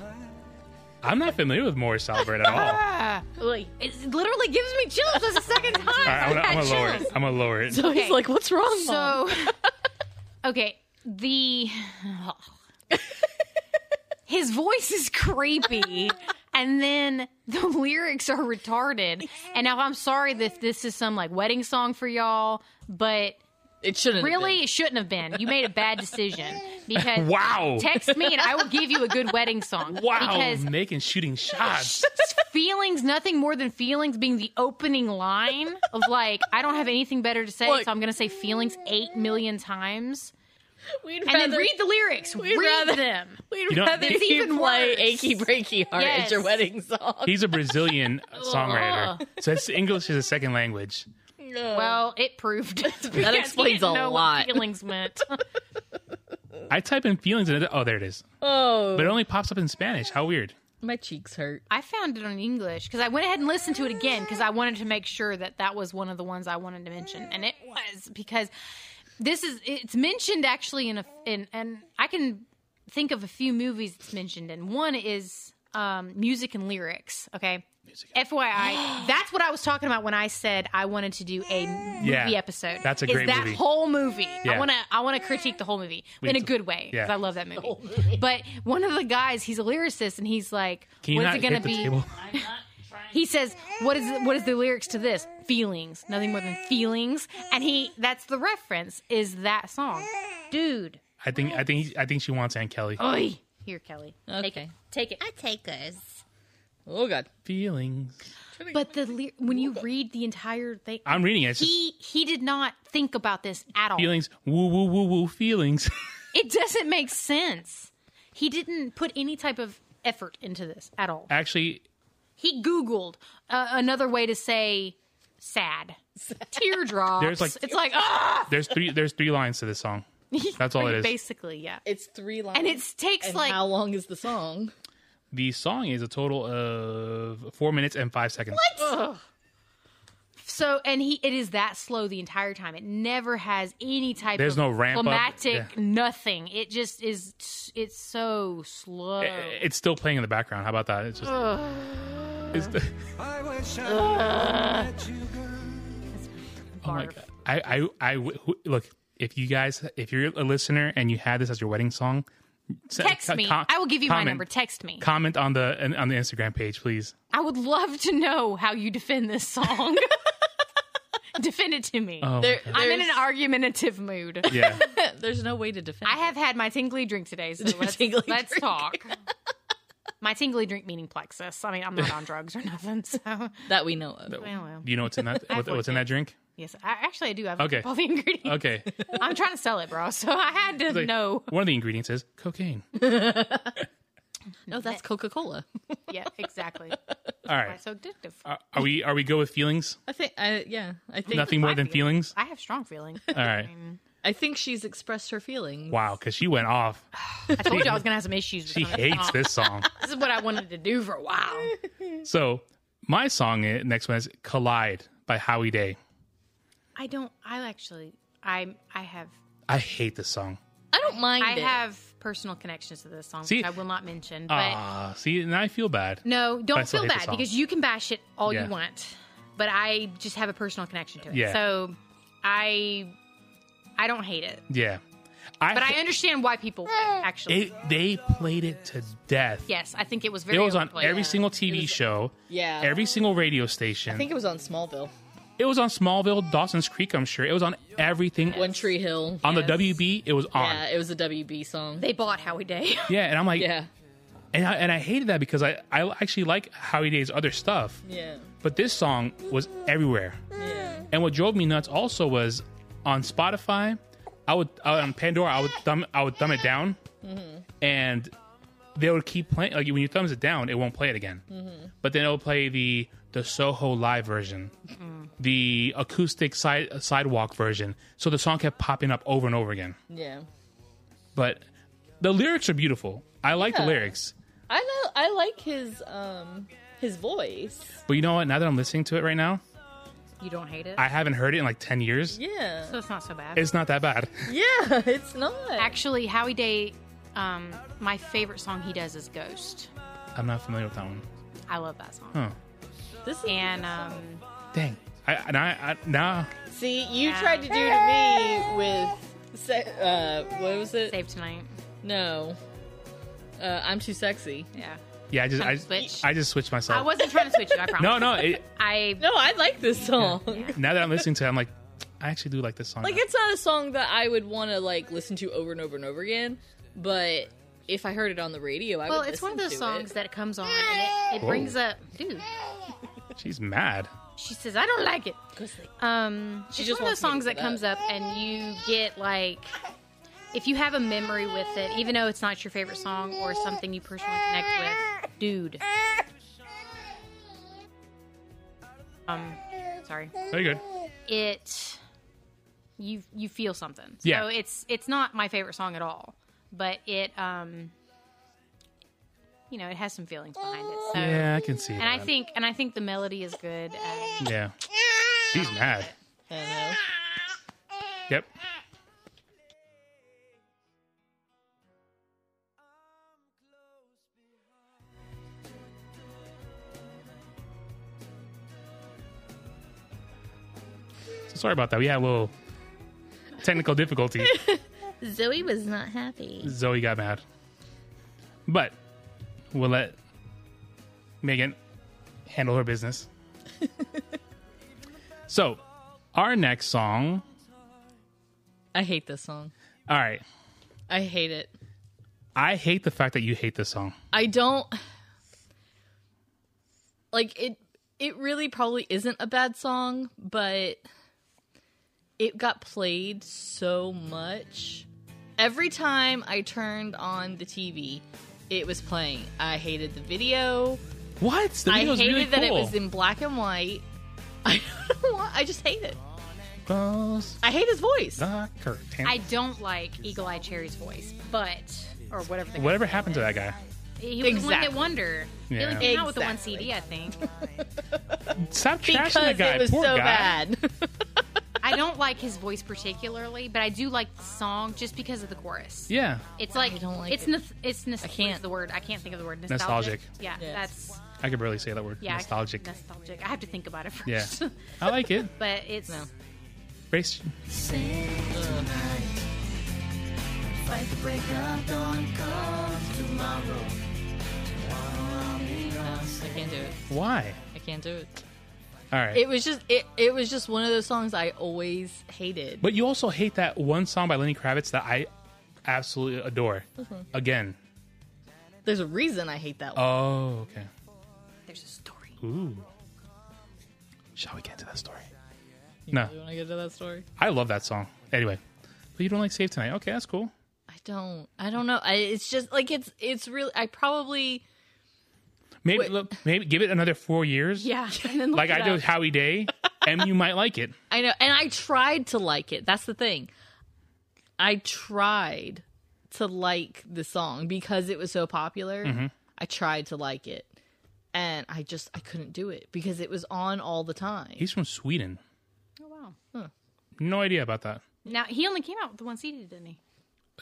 S1: I'm not familiar with Morris Albert at all. All
S2: It literally gives me chills. That's the second time
S1: right, I'm
S2: I've
S1: gonna, I'm
S2: had
S1: gonna lower it.
S2: chills.
S1: I'm gonna lower it.
S3: So
S2: Okay.
S3: he's like, "What's wrong, Mom?"
S2: So, okay, the his voice is creepy, and then the lyrics are retarded. And now I'm sorry that this is some like wedding song for y'all, but
S3: It shouldn't have
S2: really
S3: been.
S2: it shouldn't have been. You made a bad decision because
S1: Wow.
S2: text me and I will give you a good wedding song.
S1: Wow.
S2: because
S1: Megan shooting shots.
S2: feelings, nothing more than feelings being the opening line of like, I don't have anything better to say,
S3: Look.
S2: so I'm going to say feelings eight million times.
S3: We'd
S2: And then read the lyrics. Read
S3: rather-
S2: them.
S3: We'd
S1: You know-
S3: rather
S1: It's
S3: you
S2: even
S3: play
S2: worse.
S3: "Achy Breaky Heart"
S2: Yes.
S3: as your wedding song.
S1: He's a Brazilian songwriter, so it's, English is a second language.
S2: Well, Oh, it proved. that
S3: explains a lot.
S2: feelings meant.
S1: I type in feelings and it, oh, there it is.
S3: oh,
S1: But it only pops up in Spanish. How weird.
S3: my cheeks hurt.
S2: I found it on English because I went ahead and listened to it again because I wanted to make sure that that was one of the ones I wanted to mention, and it was because this is it's mentioned actually in a in and I can think of a few movies it's mentioned in. One is um, music and lyrics. Okay, FYI, that's what I was talking about when I said I wanted to do a movie
S1: Yeah,
S2: episode.
S1: that's a
S2: Is
S1: great
S2: that
S1: movie.
S2: whole movie. I
S1: Yeah.
S2: want to I want to critique the whole movie in a good way because
S1: yeah.
S2: I love that movie. But one of the guys, he's a lyricist, and he's like,
S1: Can you
S2: "What is
S1: not
S2: it going
S1: hit
S2: to
S1: the
S2: be?"
S1: table?
S2: he says what is what is the lyrics to this feelings nothing more than feelings and he that's the reference is that song dude
S1: I think I think I think she wants Aunt Kelly.
S2: Oy. here kelly take it
S3: Okay.
S2: take it
S3: Oh God.
S1: Feelings.
S2: but the ly- when you read the entire thing
S1: I'm reading it. It's just
S2: he he did not think about this at all
S1: feelings. Woo woo woo woo. Feelings.
S2: it doesn't make sense he didn't put any type of effort into this at all
S1: Actually,
S2: he googled uh, another way to say sad teardrops
S1: There's like-
S2: it's like ah
S1: there's three there's three lines to this song. That's all it is.
S2: basically yeah
S3: It's three lines.
S2: and it takes
S3: And
S2: like
S3: how long is the song?
S1: The song is a total of four minutes and five seconds.
S2: so and he it is that slow the entire time it never has any type
S1: There's
S2: of
S1: no ramp up.
S2: climatic
S1: Yeah.
S2: nothing it just is it's so slow
S1: Eh, It's still playing in the background. How about that? It's just. It's the-
S4: I wish I let you go.
S1: oh my god! I I I w- who- look. If you guys, if you're a listener and you had this as your wedding song, send-
S2: text
S1: co-
S2: me
S1: com-
S2: i will give you
S1: comment-
S2: my number text me
S1: Comment on the on the Instagram page, please.
S2: i would love to know how you defend this song defend it to me
S1: Oh,
S3: There,
S2: i'm in
S3: there's-
S2: an argumentative mood
S1: yeah.
S3: There's no way to defend.
S2: I have had my tingly drink today, so let's,
S3: tingly
S2: let's
S3: drink.
S2: talk. my tingly drink meaning plexus. I mean, I'm not on drugs or nothing, so. Well,
S3: it. that we know of.
S2: well.
S1: Do you know what's in that? what, what's in that drink?
S2: Yes, I, actually, I do have
S1: Okay.
S2: all the ingredients.
S1: Okay.
S2: I'm trying to sell it, bro, so I had to
S1: Like,
S2: know.
S1: One of the ingredients is cocaine.
S3: No, that's Coca Cola.
S2: Yeah, exactly.
S1: All right.
S2: That's so addictive.
S1: Are, are we are we go with feelings?
S3: I think. I yeah. I think.
S1: Nothing more than feelings.
S2: I have strong feelings.
S1: All right.
S3: I think she's expressed her feelings.
S1: Wow, because she went off.
S2: I told you I was gonna have some issues. With
S1: She
S2: some of
S1: hates
S2: song.
S1: this song.
S2: "Oh, This is what I wanted to do for a while.
S1: So my song i- next one is "Collide" by Howie Day.
S2: I don't. I actually. I. I have.
S1: I hate this song.
S3: I don't mind.
S2: I
S3: it.
S2: have personal connections to this song,
S1: See-
S2: which I will not mention. But
S1: Ah, see, and I feel bad.
S2: No,
S1: I
S2: don't
S1: still
S2: feel
S1: hate the
S2: bad
S1: song.
S2: because you can bash it all
S1: Yeah.
S2: you want, but I just have a personal connection to it.
S1: Yeah.
S2: So I I don't hate it,
S1: Yeah, I.
S2: but I understand why people would, actually.
S1: it, they played it to death.
S2: yes, I think it was very.
S1: it was on
S2: overplayed.
S1: every single TV show,
S3: Yeah.
S1: every single radio station.
S3: I think it was on Smallville.
S1: It was on Smallville, Dawson's Creek, I'm sure. It was on everything.
S3: One Tree Hill.
S1: On
S3: Yes.
S1: the WB, it was on.
S3: Yeah, it was a WB song.
S2: They bought Howie Day.
S1: Yeah, and I'm like,
S3: yeah,
S1: and I, and I hated that because I, I actually like Howie Day's other stuff,
S3: yeah,
S1: but this song was everywhere.
S3: yeah.
S1: And what drove me nuts also was on Spotify, I would I- on Pandora, I would thumb I would thumb it down,
S3: Mm-hmm.
S1: and they would keep playing. Like when you thumbs it down, it won't play it again.
S3: Mm-hmm.
S1: But then it'll play the the Soho live version, the acoustic side sidewalk version. So the song kept popping up over and over again.
S3: yeah.
S1: But the lyrics are beautiful. I like
S3: Yeah.
S1: the lyrics.
S3: I know. I like his um his voice.
S1: But you know what? Now that I'm listening to it right now,
S2: You don't hate it,
S1: I haven't heard it in like ten years.
S3: Yeah,
S2: so it's not so bad.
S1: It's not that bad.
S3: yeah. It's not.
S2: Actually, Howie Day, um, my favorite song he does is Ghost.
S1: I'm not familiar with that one.
S2: I love that song.
S1: Huh.
S3: this is
S2: And um,
S1: Dang. I, and I, I now
S3: see. You tried to do to me with se- uh what was it?
S2: Save Tonight.
S3: No, uh, I'm too sexy.
S2: Yeah.
S3: Oh.
S1: Yeah, I just I,
S2: Switch.
S1: I just switched myself.
S2: I wasn't trying to switch you, I promise.
S1: no, no. It,
S2: I
S3: No, I like this song.
S1: now that I'm listening to it, I'm like, I actually do like this song.
S3: Like it's not a song that I would want to like listen to over and over and over again, but if I heard it on the radio, I
S2: well,
S3: would
S2: it's one of
S3: listen
S2: those
S3: to it.
S2: songs that comes on and it, it
S1: Whoa.
S2: brings up, dude.
S1: She's mad.
S2: She says, "I don't like it." Um,
S3: She
S2: it's
S3: just
S2: one of those songs
S3: wants me
S2: that
S3: to put it
S2: comes up and you get like, if you have a memory with it, even though it's not your favorite song or something you personally connect with, dude. Um, sorry.
S1: Very good.
S2: It, you you feel something. So
S1: Yeah.
S2: it's it's not my favorite song at all, but it um, you know, it has some feelings behind it. So.
S1: Yeah, I can see.
S2: And I think, and I think the melody is good. and-
S1: Yeah. She's mad.
S3: I don't know.
S1: Yep. So sorry about that. We had a little technical difficulty.
S3: Zoe was not happy.
S1: Zoe got mad. But we'll let Megan handle her business. so, our next song.
S3: I hate this song.
S1: All right.
S3: I hate it.
S1: I hate the fact that you hate this song.
S3: I don't like it it really probably isn't a bad song, but it got played so much. Every time I turned on the TV, it was playing. I hated the video.
S1: What? The
S3: I
S1: video's
S3: hated
S1: really
S3: that it
S1: cool.
S3: was in black and white. I don't know why. I just hate it.
S1: Close
S3: I hate his voice.
S1: the curtain.
S2: I don't like Eagle Eye Cherry's voice, but or whatever. The
S1: Whatever happened to that guy?
S2: He was the one that
S3: Exactly.
S2: wonder. He only
S1: Yeah.
S2: came out with the one
S3: Exactly.
S2: CD, I think.
S1: Stop
S3: Because
S1: trashing that guy.
S3: it was
S1: Poor
S3: so
S1: guy.
S3: bad.
S2: I don't like his voice particularly, but I do like the song just because of the chorus.
S1: Yeah.
S2: It's like
S3: I don't like
S2: it's
S3: it.
S2: nos- it's nos-
S3: I can't.
S2: what's the word I can't think of the word
S1: Nostalgic.
S2: nostalgic. Yeah,
S3: Yes.
S2: that's
S1: I could barely say that word.
S2: yeah I-
S1: Nostalgic.
S2: nostalgic. I have to think about it
S1: yeah.
S2: first.
S1: I like it.
S2: but it's
S3: No.
S1: Race.
S5: Fight the break of dawn, come tomorrow.
S3: I can't do it.
S1: Why?
S3: I can't do it.
S1: All right.
S3: It was just it, it was just one of those songs I always hated.
S1: But you also hate that one song by Lenny Kravitz that I absolutely adore.
S2: Mm-hmm.
S1: Again.
S3: There's a reason I hate that one.
S1: Oh, okay.
S2: there's a story.
S1: Ooh. Shall we get to that story? No.
S3: you want to get to that story?
S1: I love that song. Anyway. But you don't like Save Tonight. Okay, that's cool.
S3: I don't. I don't know. I, it's just like it's it's really. I probably
S1: Maybe
S3: Wait.
S1: look, maybe give it another four years.
S2: Yeah, and then
S1: Like
S2: look
S1: I
S2: it
S1: did
S2: up.
S1: with Howie Day, and you might like it.
S3: I know, and I tried to like it. That's the thing. I tried to like the song because it was so popular. I tried to like it, and I just I couldn't do it because it was on all the time.
S1: He's from Sweden.
S2: Oh, wow.
S1: No idea about that.
S2: Now he only came out with the one CD, didn't he?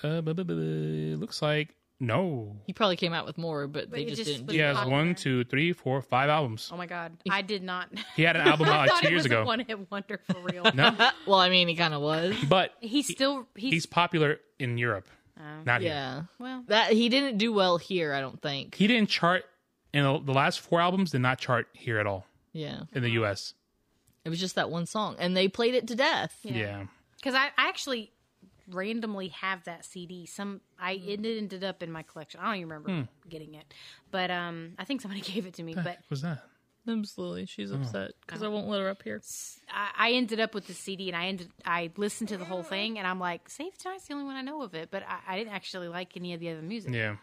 S1: Uh, bu- bu- bu- looks like no.
S3: he probably came out with more, but, they
S2: it
S3: just,
S2: just
S3: didn't.
S2: was-
S3: do
S1: He has
S2: Popular.
S1: one, two, three, four, five albums.
S2: Oh my god, I did not.
S1: He had an album out
S2: I
S1: like
S2: thought
S1: two
S2: it
S1: years
S2: was
S1: ago.
S2: a one hit wonder for real.
S1: No,
S3: Well, I mean, he kind of was.
S1: but
S2: He's still he's,
S1: he's popular in Europe,
S2: Oh.
S1: not here.
S3: Yeah,
S2: well.
S3: that he didn't do well here. I don't think.
S1: He didn't chart, and the last four albums did not chart here at all
S2: Oh.
S3: Yeah,
S1: in the U.S.
S3: It was just that one song, and they played it to death.
S1: Yeah.
S2: Because I, I actually randomly have that CD. Some I
S1: Hmm.
S2: it ended up in my collection. I don't even remember getting it, but um, I think somebody gave it to me. But
S1: What was that?
S3: I'm slowly. She's
S1: Oh.
S3: upset because I won't let her up here.
S2: I, I ended up with the CD, and I ended I listened to the whole thing, and I'm like, "Save Tonight's the only one I know of it," but I, I didn't actually like any of the other music.
S1: Yeah.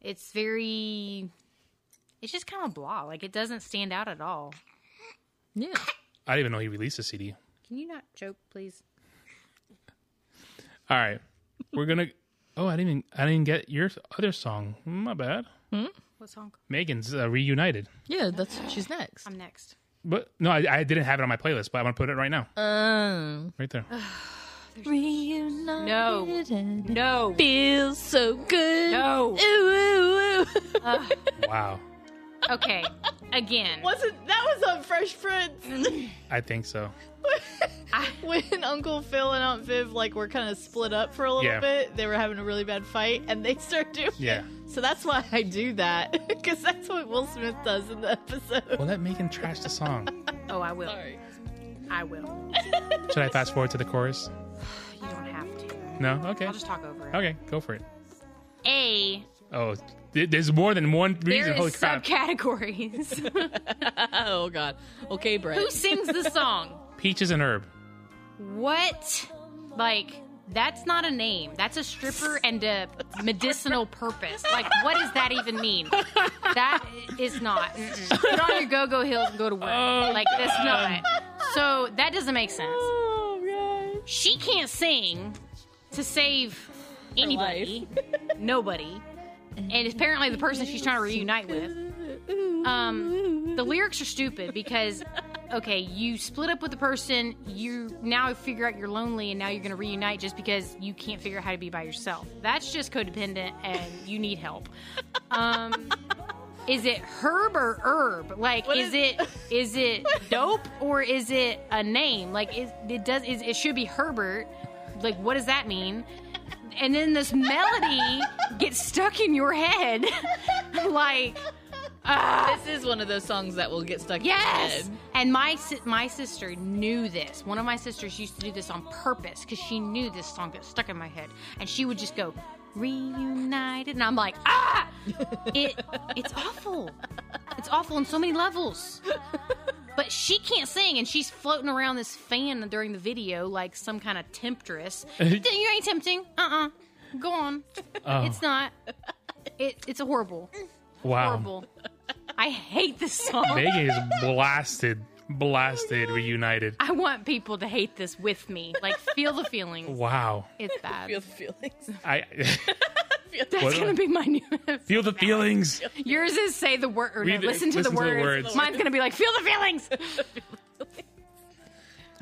S2: It's very, it's just kind of blah. Like it doesn't stand out at all.
S3: Yeah.
S1: I didn't even know he released a CD.
S2: Can you not joke, please?
S1: All right. We're going to. Oh, I didn't even, I didn't get your other song. My bad.
S2: What song?
S1: Megan's uh, Reunited.
S3: Yeah, that's she's next.
S2: I'm next.
S1: But no, I, I didn't have it on my playlist, but I'm going to put it right now.
S2: Uh.
S3: Um,
S1: Right there.
S3: reunited.
S2: No.
S3: feels so good.
S2: No.
S3: Ooh, ooh, ooh.
S1: wow.
S2: Okay. Again.
S3: Wasn't that was on Fresh Prince
S1: I think so.
S3: when Uncle Phil and Aunt Viv like were kind of split up for a little
S1: Yeah.
S3: bit? They were having a really bad fight, and they start doing.
S1: Yeah.
S3: So that's why I do that because that's what Will Smith does in the episode.
S1: Well, let Megan trash the song.
S2: Oh, I will. I will.
S1: Should I fast forward to the chorus?
S2: You don't have to.
S1: No? Okay.
S2: I'll just talk over it.
S1: Okay, go for it.
S2: A.
S1: Oh, th- there's more than one reason.
S2: There
S1: Holy
S2: is
S1: crap.
S2: subcategories.
S3: Oh God. Okay, Brett.
S2: Who sings the song?
S1: Peaches and Herb.
S2: What? Like, that's not a name. That's a stripper and a medicinal purpose. Like, what does that even mean? That is not. Mm-mm. Put on your go-go heels and go to work. like, that's not. So that doesn't make sense. She can't sing to save anybody, nobody, and apparently the person she's trying to reunite with. Um, the lyrics are stupid because, okay, you split up with the person, you now figure out you're lonely, and now you're going to reunite just because you can't figure out how to be by yourself. That's just codependent, and you need help. Um, is it herb or herb? Like, is it is it dope or is it a name? Like, is, it does is it should be Herbert? Like, what does that mean? And then this melody gets stuck in your head, like. ah.
S3: This is one of those songs that will get stuck.
S2: Yes.
S3: In your head.
S2: And my si- my sister knew this. One of my sisters used to do this on purpose because she knew this song got stuck in my head, and she would just go reunited, and I'm like, ah, it it's awful. It's awful on so many levels. But she can't sing, and she's floating around this fan during the video like some kind of temptress. you Oh. ain't tempting. Uh uh Go on. It's not. It, it's a horrible.
S1: Wow.
S2: Horrible. I hate this song.
S1: Megan is blasted, blasted, reunited.
S2: I want people to hate this with me. Like, feel the feelings.
S1: Wow.
S2: It's bad.
S3: Feel the feelings.
S1: I
S2: That's
S1: What-
S2: gonna be my new.
S1: feel the feelings.
S2: Yours is say the word. Or no,
S1: Read it-
S2: listen to the
S1: listen to the
S2: words.
S1: words.
S2: Mine's gonna be like feel the feelings.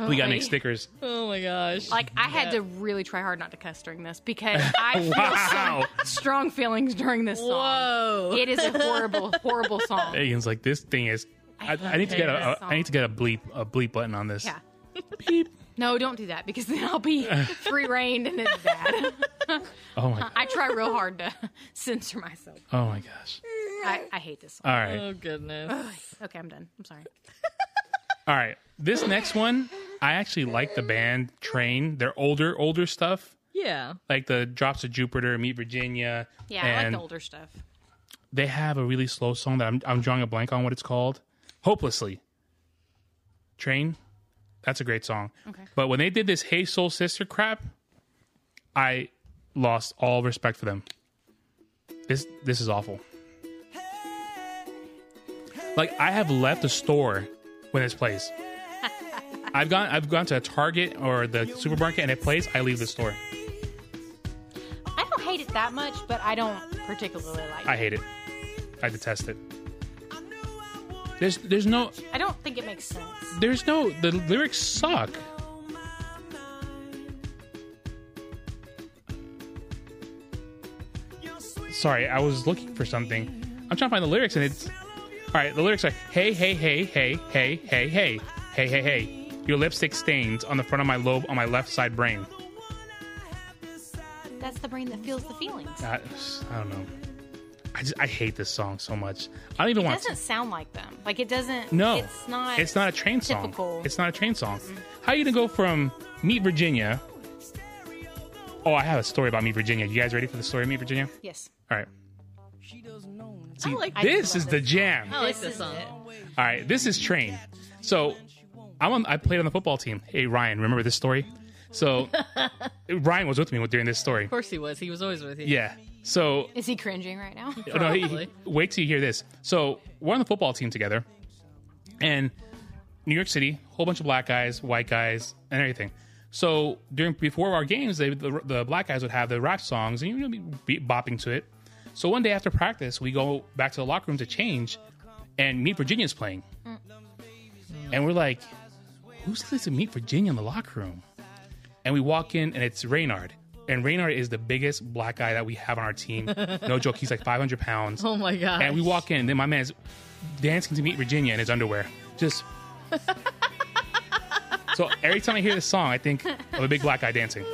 S1: We gotta make stickers.
S3: Oh my gosh.
S2: Like I had to really try hard not to cuss during this because I feel
S1: Wow.
S2: some strong feelings during this song.
S3: Whoa.
S2: It is a horrible, horrible song.
S1: Megan's like, this thing is. I, I need to
S2: hate
S1: get a.
S2: this
S1: a- I
S2: song.
S1: need to get a bleep a bleep button on this.
S2: Yeah. No, don't do that because then I'll be free reined and it's bad.
S1: Oh my.
S2: I try real hard to censor myself.
S1: Oh my gosh.
S2: I, I hate this song.
S1: All right.
S3: Oh goodness.
S2: Okay, I'm done. I'm sorry.
S1: All right. This next one, I actually like the band Train. Their older older stuff,
S3: yeah.
S1: like the Drops of Jupiter, Meet Virginia.
S2: Yeah, I like
S1: and
S2: the older stuff.
S1: They have a really slow song that I'm I'm drawing a blank on what it's called. Hopelessly. Train. That's a great song.
S2: Okay.
S1: But when they did this Hey Soul Sister crap, I lost all respect for them. This this is awful. Like I have left the store when this plays. I've gone I've gone to a Target or the supermarket and it plays, I leave the store.
S2: I don't hate it that much, but I don't particularly like
S1: I
S2: it.
S1: hate it. I detest it. There's there's no
S2: I don't think it makes sense.
S1: there's no the lyrics suck. Sorry, I was looking for something. I'm trying to find the lyrics and it's all right. The lyrics are hey hey hey hey hey hey hey hey hey hey. Your lipstick stains on the front of my lobe on my left side brain.
S2: That's the brain that feels the feelings.
S1: I, I don't know. I just I hate this song so much. I don't even
S2: It
S1: want.
S2: doesn't sound like them. Like it doesn't.
S1: no,
S2: it's not.
S1: It's not a train song.
S2: typical.
S1: It's not a train song. How are you gonna go from Meet Virginia? Oh, I have a story about Meet Virginia. You guys ready for the story of Meet Virginia?
S2: Yes.
S1: All right. See,
S3: like- I
S1: this
S2: love
S1: is the
S2: this
S1: jam.
S3: I like
S2: This
S3: this
S2: is
S3: song.
S2: it.
S1: All right, this is train. So I'm on, I played on the football team. Hey Ryan, remember this story? So Ryan was with me during this story.
S3: Of course he was. He was always with you.
S1: Yeah. So
S2: Is he cringing right now?
S1: Oh, no, he,
S3: Probably.
S1: wait till you hear this. So we're on the football team together, and New York City, whole bunch of black guys, white guys, and everything. So during before our games, they, the, the black guys would have the rap songs, and you would be bopping to it. So one day after practice, we go back to the locker room to change, and Meet Virginia's playing, and we're like, "Who's listening to Meet Virginia in the locker room?" And we walk in, and it's Reynard. And Reynard is the biggest black guy that we have on our team. No joke, he's like 500 pounds.
S3: Oh my god.
S1: And we walk in, and then my man's dancing to meet Virginia in his underwear. Just. so every time I hear this song, I think of a big black guy dancing.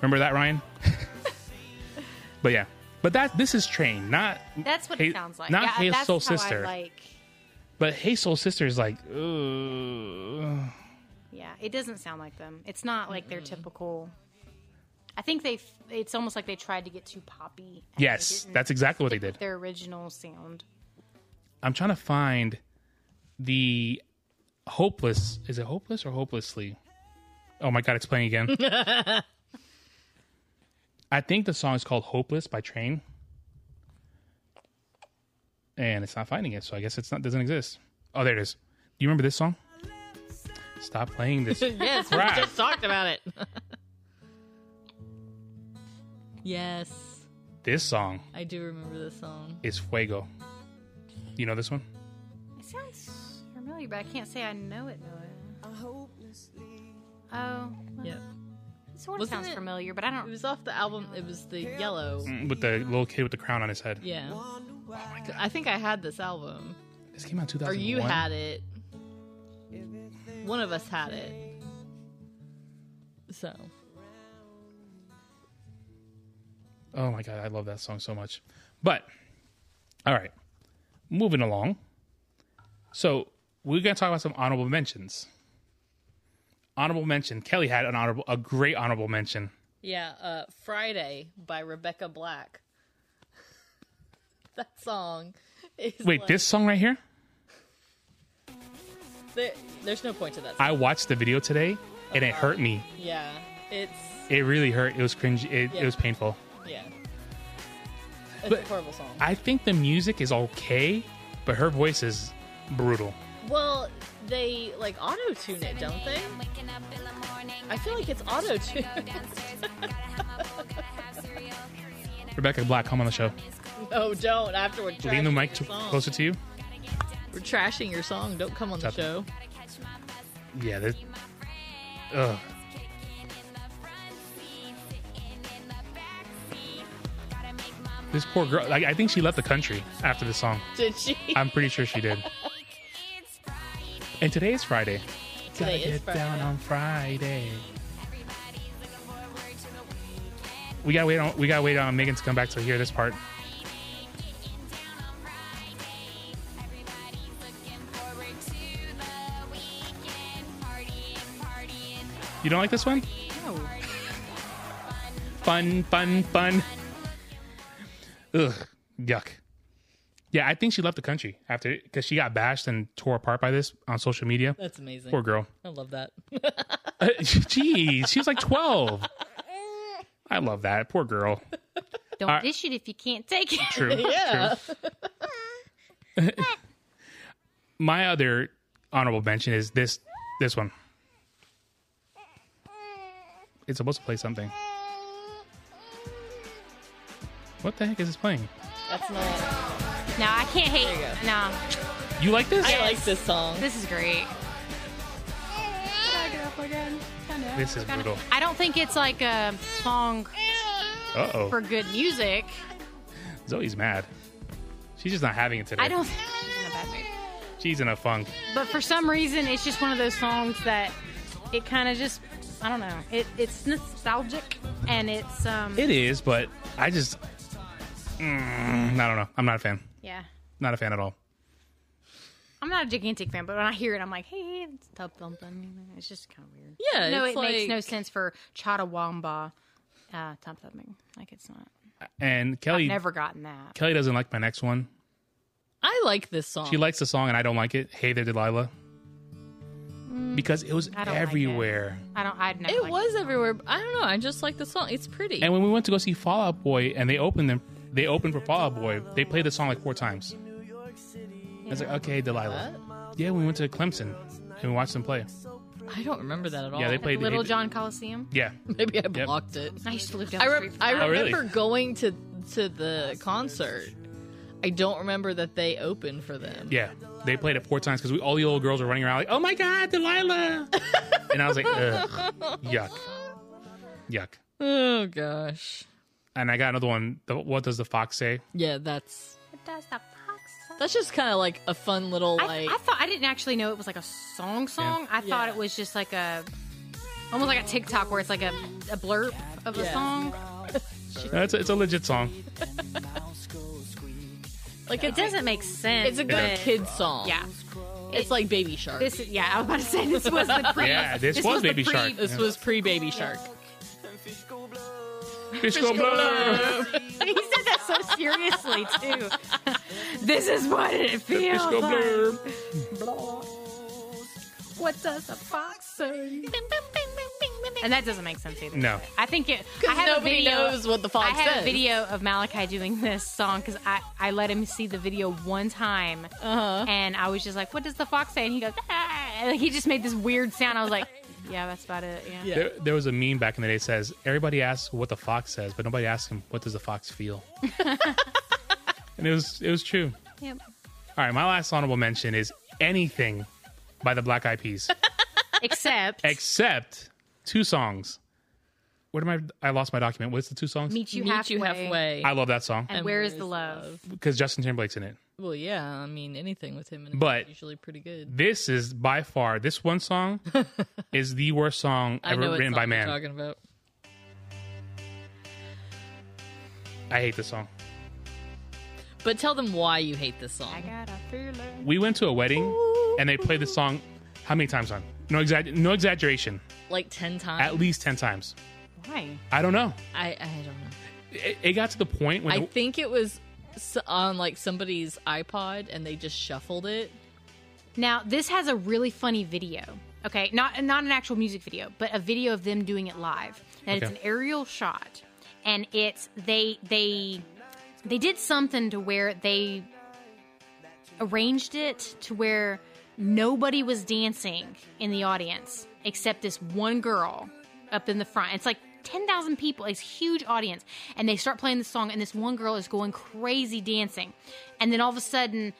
S1: Remember that, Ryan? but yeah. But that this is train, not
S2: That's what
S1: Hey,
S2: it sounds like.
S1: Not
S2: yeah,
S1: Hey
S2: that's
S1: Soul
S2: how
S1: Sister,
S2: I like.
S1: but Hey Soul Sister is like, Ugh.
S2: Yeah, it doesn't sound like them. It's not like their typical. I think they. f- It's almost like they tried to get too poppy. and they
S1: yes,
S2: didn't
S1: that's exactly what they did.
S2: with their original sound.
S1: I'm trying to find the hopeless. Is it hopeless or hopelessly? Oh my god, it's playing again. I think the song is called "Hopeless" by Train, and it's not finding it. So I guess it's not doesn't exist. Oh, there it is. Do you remember this song? Stop playing this.
S3: yes, we
S1: Right.
S3: just talked about it. yes,
S1: this song
S3: I do remember this song.
S1: is "Fuego." You know this one?
S2: It sounds familiar, but I can't say I know it. Know it. Oh, well,
S3: Yeah.
S2: it sort of
S3: Wasn't
S2: sounds
S3: it-
S2: familiar, but I
S3: It
S2: don't.
S3: was off the album. It was the yellow.
S1: Mm, With the little kid with the crown on his head.
S3: Yeah. I think I had this album.
S1: This came out in 2001.
S3: Or you had it. One of us had it. So.
S1: Oh my god, I love that song so much. But all right, moving along. So we're gonna talk about some honorable mentions. Honorable mention. Kelly had an honorable, a great honorable mention.
S3: Yeah, uh, Friday by Rebecca Black. that song is.
S1: Wait,
S3: like-
S1: this song right here.
S3: there- there's no point to that. Song.
S1: I watched the video today, and it hurt me.
S3: yeah, it's.
S1: It really hurt. It was cringe. It, it
S3: Yeah.
S1: was painful.
S3: Yeah. It's a
S1: But-
S3: horrible song.
S1: I think the music is okay, but her voice is brutal.
S3: well, they like auto tune it, don't they? I feel like it's auto tune.
S1: Rebecca Black, come on the show.
S3: no, don't. Afterward,
S1: Lean the mic to,
S3: your song.
S1: closer to you.
S3: We're trashing your song. Don't come on the
S1: Stop.
S3: show.
S1: Yeah. that- Ugh. This poor girl. Like, I think she left the country after the song.
S3: Did she?
S1: I'm pretty sure she did. And today is Friday.
S3: Today
S1: Gotta
S3: is
S1: get down on
S3: Friday.
S1: Friday. We gotta wait on. We gotta wait on Megan to come back to hear this part. You don't like this one?
S2: No.
S1: fun, fun, fun. Ugh, yuck. Yeah, I think she left the country after because she got bashed and tore apart by this on social media.
S3: That's amazing.
S1: Poor girl.
S3: I love that.
S1: Uh, Jeez, she was like twelve. I love that. Poor girl.
S2: Don't
S1: Alright.
S2: dish it if you can't take it.
S1: True.
S3: Yeah.
S1: True. My other honorable mention is this this one. It's supposed to play something. What the heck is this playing?
S3: That's not.
S2: No, I can't hate.
S3: There you
S2: No,
S1: You like this?
S3: I like this song.
S2: this is great.
S1: This is brutal.
S2: I don't think it's like a song
S1: Uh
S2: for
S1: oh.
S2: good music.
S1: Zoe's mad. She's just not having it today.
S2: I don't. She's in a bad mood.
S1: She's in a funk.
S2: but for some reason it's just one of those songs that it kind of just i don't know it, it's nostalgic and it's um
S1: It is, but I just. Mm, I don't know. I'm not a fan.
S2: Yeah.
S1: Not a fan at all.
S2: I'm not a gigantic fan, but when I hear it, I'm like, hey, it's tub thumping. It's just kind of weird.
S3: Yeah,
S2: No,
S3: it's
S2: it makes no
S3: like-
S2: sense for Chattawamba uh, tub thumping. Like, it's not.
S1: And Kelly
S2: I've never gotten that.
S1: Kelly doesn't like my next one.
S3: I like this song.
S1: She likes the song and I don't like it. Hey there, Delilah. Because it was
S2: Mm, I don't like it.
S1: everywhere.
S2: I don't, I'd never.
S3: it
S2: liked
S3: was everywhere. but I don't know. I just like the song. It's pretty.
S1: And when we went to go see Fallout Boy and they opened them, they opened for Fallout Boy. They played the song like four times. I was like, okay, Delilah. Yeah, when we went to Clemson and we watched them play.
S3: I don't remember that at all.
S1: Yeah, they
S2: At
S1: played
S2: the Little
S1: hey-
S2: John Coliseum.
S1: Yeah,
S3: Maybe I blocked it.
S2: I used to live down
S3: I,
S2: the
S3: re-
S2: street. from
S3: I
S2: that.
S1: Oh, really?
S3: remember going to to the concert. I don't remember that they opened for them.
S1: yeah. They played it four times because all the little girls were running around like, oh my God, Delilah. and I was like, Ugh, yuck. Yuck.
S3: Oh gosh.
S1: And I got another one. The, what does the fox say?
S3: Yeah, that's
S2: What does the fox say?
S3: that's just kind of like a fun little
S2: I,
S3: like.
S2: I thought I didn't actually know it was like a song song. I thought
S3: Yeah.
S2: it was just like a almost like a TikTok where it's like a, a blurb of a
S3: Yeah.
S2: song.
S1: No, it's, a, it's a legit song.
S3: like
S2: It
S3: it's
S2: doesn't make sense.
S3: it's a good
S2: but-
S3: kid song.
S2: Yeah.
S3: it's like Baby Shark.
S2: This is- yeah, I was about to say this was the pre
S1: Yeah, this was
S2: the
S1: Baby
S2: pre-
S1: Shark.
S3: This
S1: Yeah.
S3: was pre Baby Shark.
S1: Fish go blur.
S2: he said that so seriously too. this is what it
S1: Fish
S2: feels
S1: go
S2: like.
S1: blur.
S2: What does a fox say? And that doesn't make sense either.
S1: No.
S2: I think it. I have a
S3: Nobody
S2: video.
S3: knows what the fox
S2: I have
S3: says.
S2: a video of Malachi doing this song because I, I let him see the video one time
S3: Uh-huh.
S2: and I was just like, what does the fox say? And he goes, ah, and he just made this weird sound. I was like, yeah, that's about it. Yeah.
S3: Yeah.
S1: There, there was a meme back in the day that says everybody asks what the fox says, but nobody asks him what does the fox feel. and it was it was true.
S2: Yep.
S1: All right, my last honorable mention is anything by the Black Eyed Peas,
S2: Except
S1: except two songs. Where did my I lost my document? What's the two songs?
S2: meet you
S3: Meet
S2: halfway.
S3: you halfway.
S1: I love that song
S2: And, where is the love?
S1: because Justin Timberlake's in it.
S3: Well, yeah. I mean, anything with him in it
S1: But-
S3: is usually pretty good.
S1: This is by far this one song is the worst song
S3: I
S1: ever
S3: know what
S1: written
S3: song
S1: by
S3: you're
S1: man.
S3: Talking about.
S1: I hate this song.
S3: But tell them why you hate this song.
S2: I got a feeling.
S1: We went to a wedding and they played this song how many times on? No exa- no exaggeration.
S3: like ten times.
S1: At least 10 times.
S2: Why?
S1: I don't know.
S3: I I don't know.
S1: It, it got to the point when
S3: I
S1: the-
S3: think it was s- on like somebody's iPod and they just shuffled it.
S2: Now this has a really funny video. Okay, not not an actual music video, but a video of them doing it live. And it's
S1: Okay.
S2: an aerial shot, and it's they they they did something to where they arranged it to where nobody was dancing in the audience except this one girl up in the front. It's like 10,000 people, it's a huge audience. And they start playing this song, and this one girl is going crazy dancing. And then all of a sudden,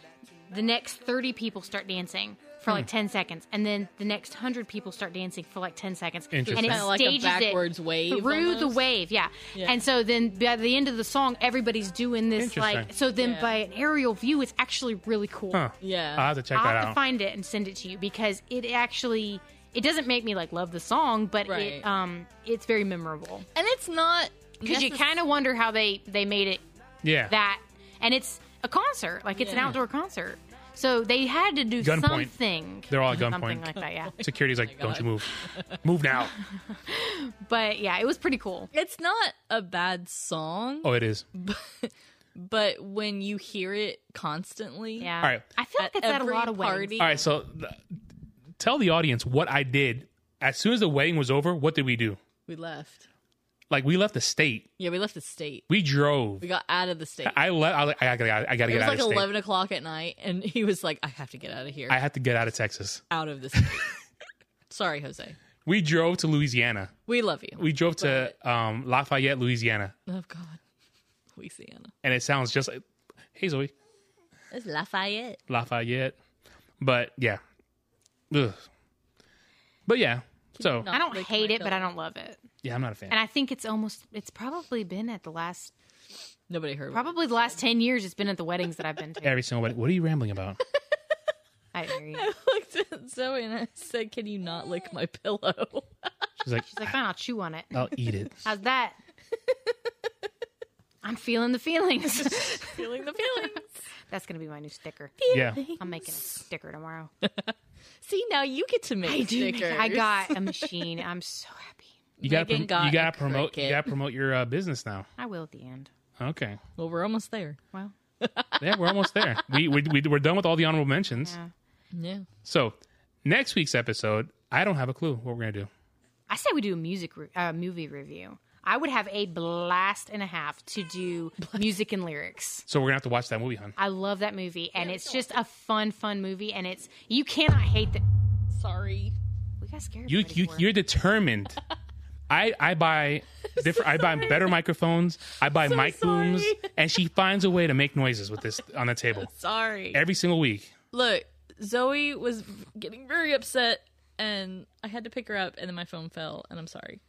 S2: the next 30 people start dancing for like
S1: Hmm.
S2: 10 seconds. And then the next 100 people start dancing for like 10 seconds.
S1: Interesting.
S2: And it
S1: Kinda
S3: like a
S2: stages
S3: backwards
S2: it
S3: wave
S2: through the
S3: almost.
S2: wave, yeah. And so then by the end of the song, everybody's doing this like.
S1: Interesting.
S2: So then
S3: Yeah.
S2: by an aerial view, it's actually really cool.
S1: Huh.
S3: Yeah.
S1: I'll have to check
S2: I'll
S1: that
S2: have to
S1: out.
S2: find it and send it to you because it actually it doesn't make me like love the song, but
S3: Right.
S2: it um it's very memorable.
S3: And it's not
S2: Because you kind of wonder how they they made it
S1: yeah.
S2: that, and it's a concert, like it's an
S3: Yeah.
S2: outdoor concert, so they had to do
S1: Gunpoint.
S2: something.
S1: They're all at
S2: something
S1: gunpoint.
S2: like that, yeah.
S1: Security's like,
S3: Oh God.
S1: don't you move. move now.
S2: But yeah, it was pretty cool.
S3: It's not a bad song,
S1: Oh, it is.
S3: but when you hear it constantly,
S2: Yeah,
S1: All right.
S2: I feel like
S3: at
S2: it's at a
S3: every
S2: lot of
S3: party,
S2: parties.
S1: All right, so th- tell the audience what I did. As soon as the wedding was over, what did we do?
S3: we left.
S1: Like, we left the state.
S3: Yeah, we left the state.
S1: We drove.
S3: We got out of the state.
S1: I left. I, was like, I gotta, I gotta get
S3: it was
S1: out
S3: like
S1: of state.
S3: eleven o'clock at night, and he was like, "I have to get out of here,
S1: I had to get out of Texas.
S3: out of this." state." Sorry, Jose.
S1: We drove to Louisiana.
S3: We love you.
S1: We drove to um, Lafayette, Louisiana,
S3: oh God, Louisiana.
S1: and it sounds just like, hey Zoe,
S3: It's Lafayette.
S1: Lafayette. But yeah, Ugh. but yeah. So
S2: I don't
S3: Like
S2: hate
S3: my
S2: it, but I don't love it,
S1: yeah, I'm not a fan.
S2: and I think it's almost it's probably been at the last
S3: Nobody heard. Probably.
S2: Probably the last 10 years, it's been at the weddings that I've been to.
S1: Every single wedding. What are you rambling about?
S2: I agree.
S3: looked at Zoe and I said, "Can you not lick my pillow?"
S1: She's like,
S2: She's like, fine, I'll chew on it.
S1: I'll eat it.
S2: How's that? I'm feeling the feelings.
S3: Feeling the feelings.
S2: That's gonna be my new sticker.
S1: Yeah.
S2: I'm making a sticker tomorrow.
S3: See, now you get to make
S2: I do. make-
S3: stickers.
S2: I got a machine. I'm so happy.
S1: You gotta prom-
S3: Megan got
S1: you
S3: a
S1: gotta promote you
S3: cricket.
S1: gotta promote your uh, business now.
S2: I will at the end.
S1: Okay.
S3: Well, we're almost there.
S2: Well,
S1: Yeah, we're almost there. We, we, we we're done with all the honorable mentions.
S2: Yeah.
S3: Yeah.
S1: So next week's episode, I don't have a clue what we're gonna do.
S2: I say we do a music re- uh, movie review. I would have a blast and a half to do music and lyrics.
S1: So we're gonna have to watch that movie, hon.
S2: I love that movie, and it's just a fun, fun movie. And it's you cannot hate that.
S3: Sorry.
S2: We got scared.
S1: You
S2: everybody
S1: you
S2: for it.
S1: you're determined. I I buy different. I buy better microphones. I buy mic booms,
S3: sorry.
S1: and she finds a way to make noises with this on the table
S3: Sorry.
S1: every single week.
S3: Look, Zoe was getting very upset, and I had to pick her up, and then my phone fell, and I'm sorry.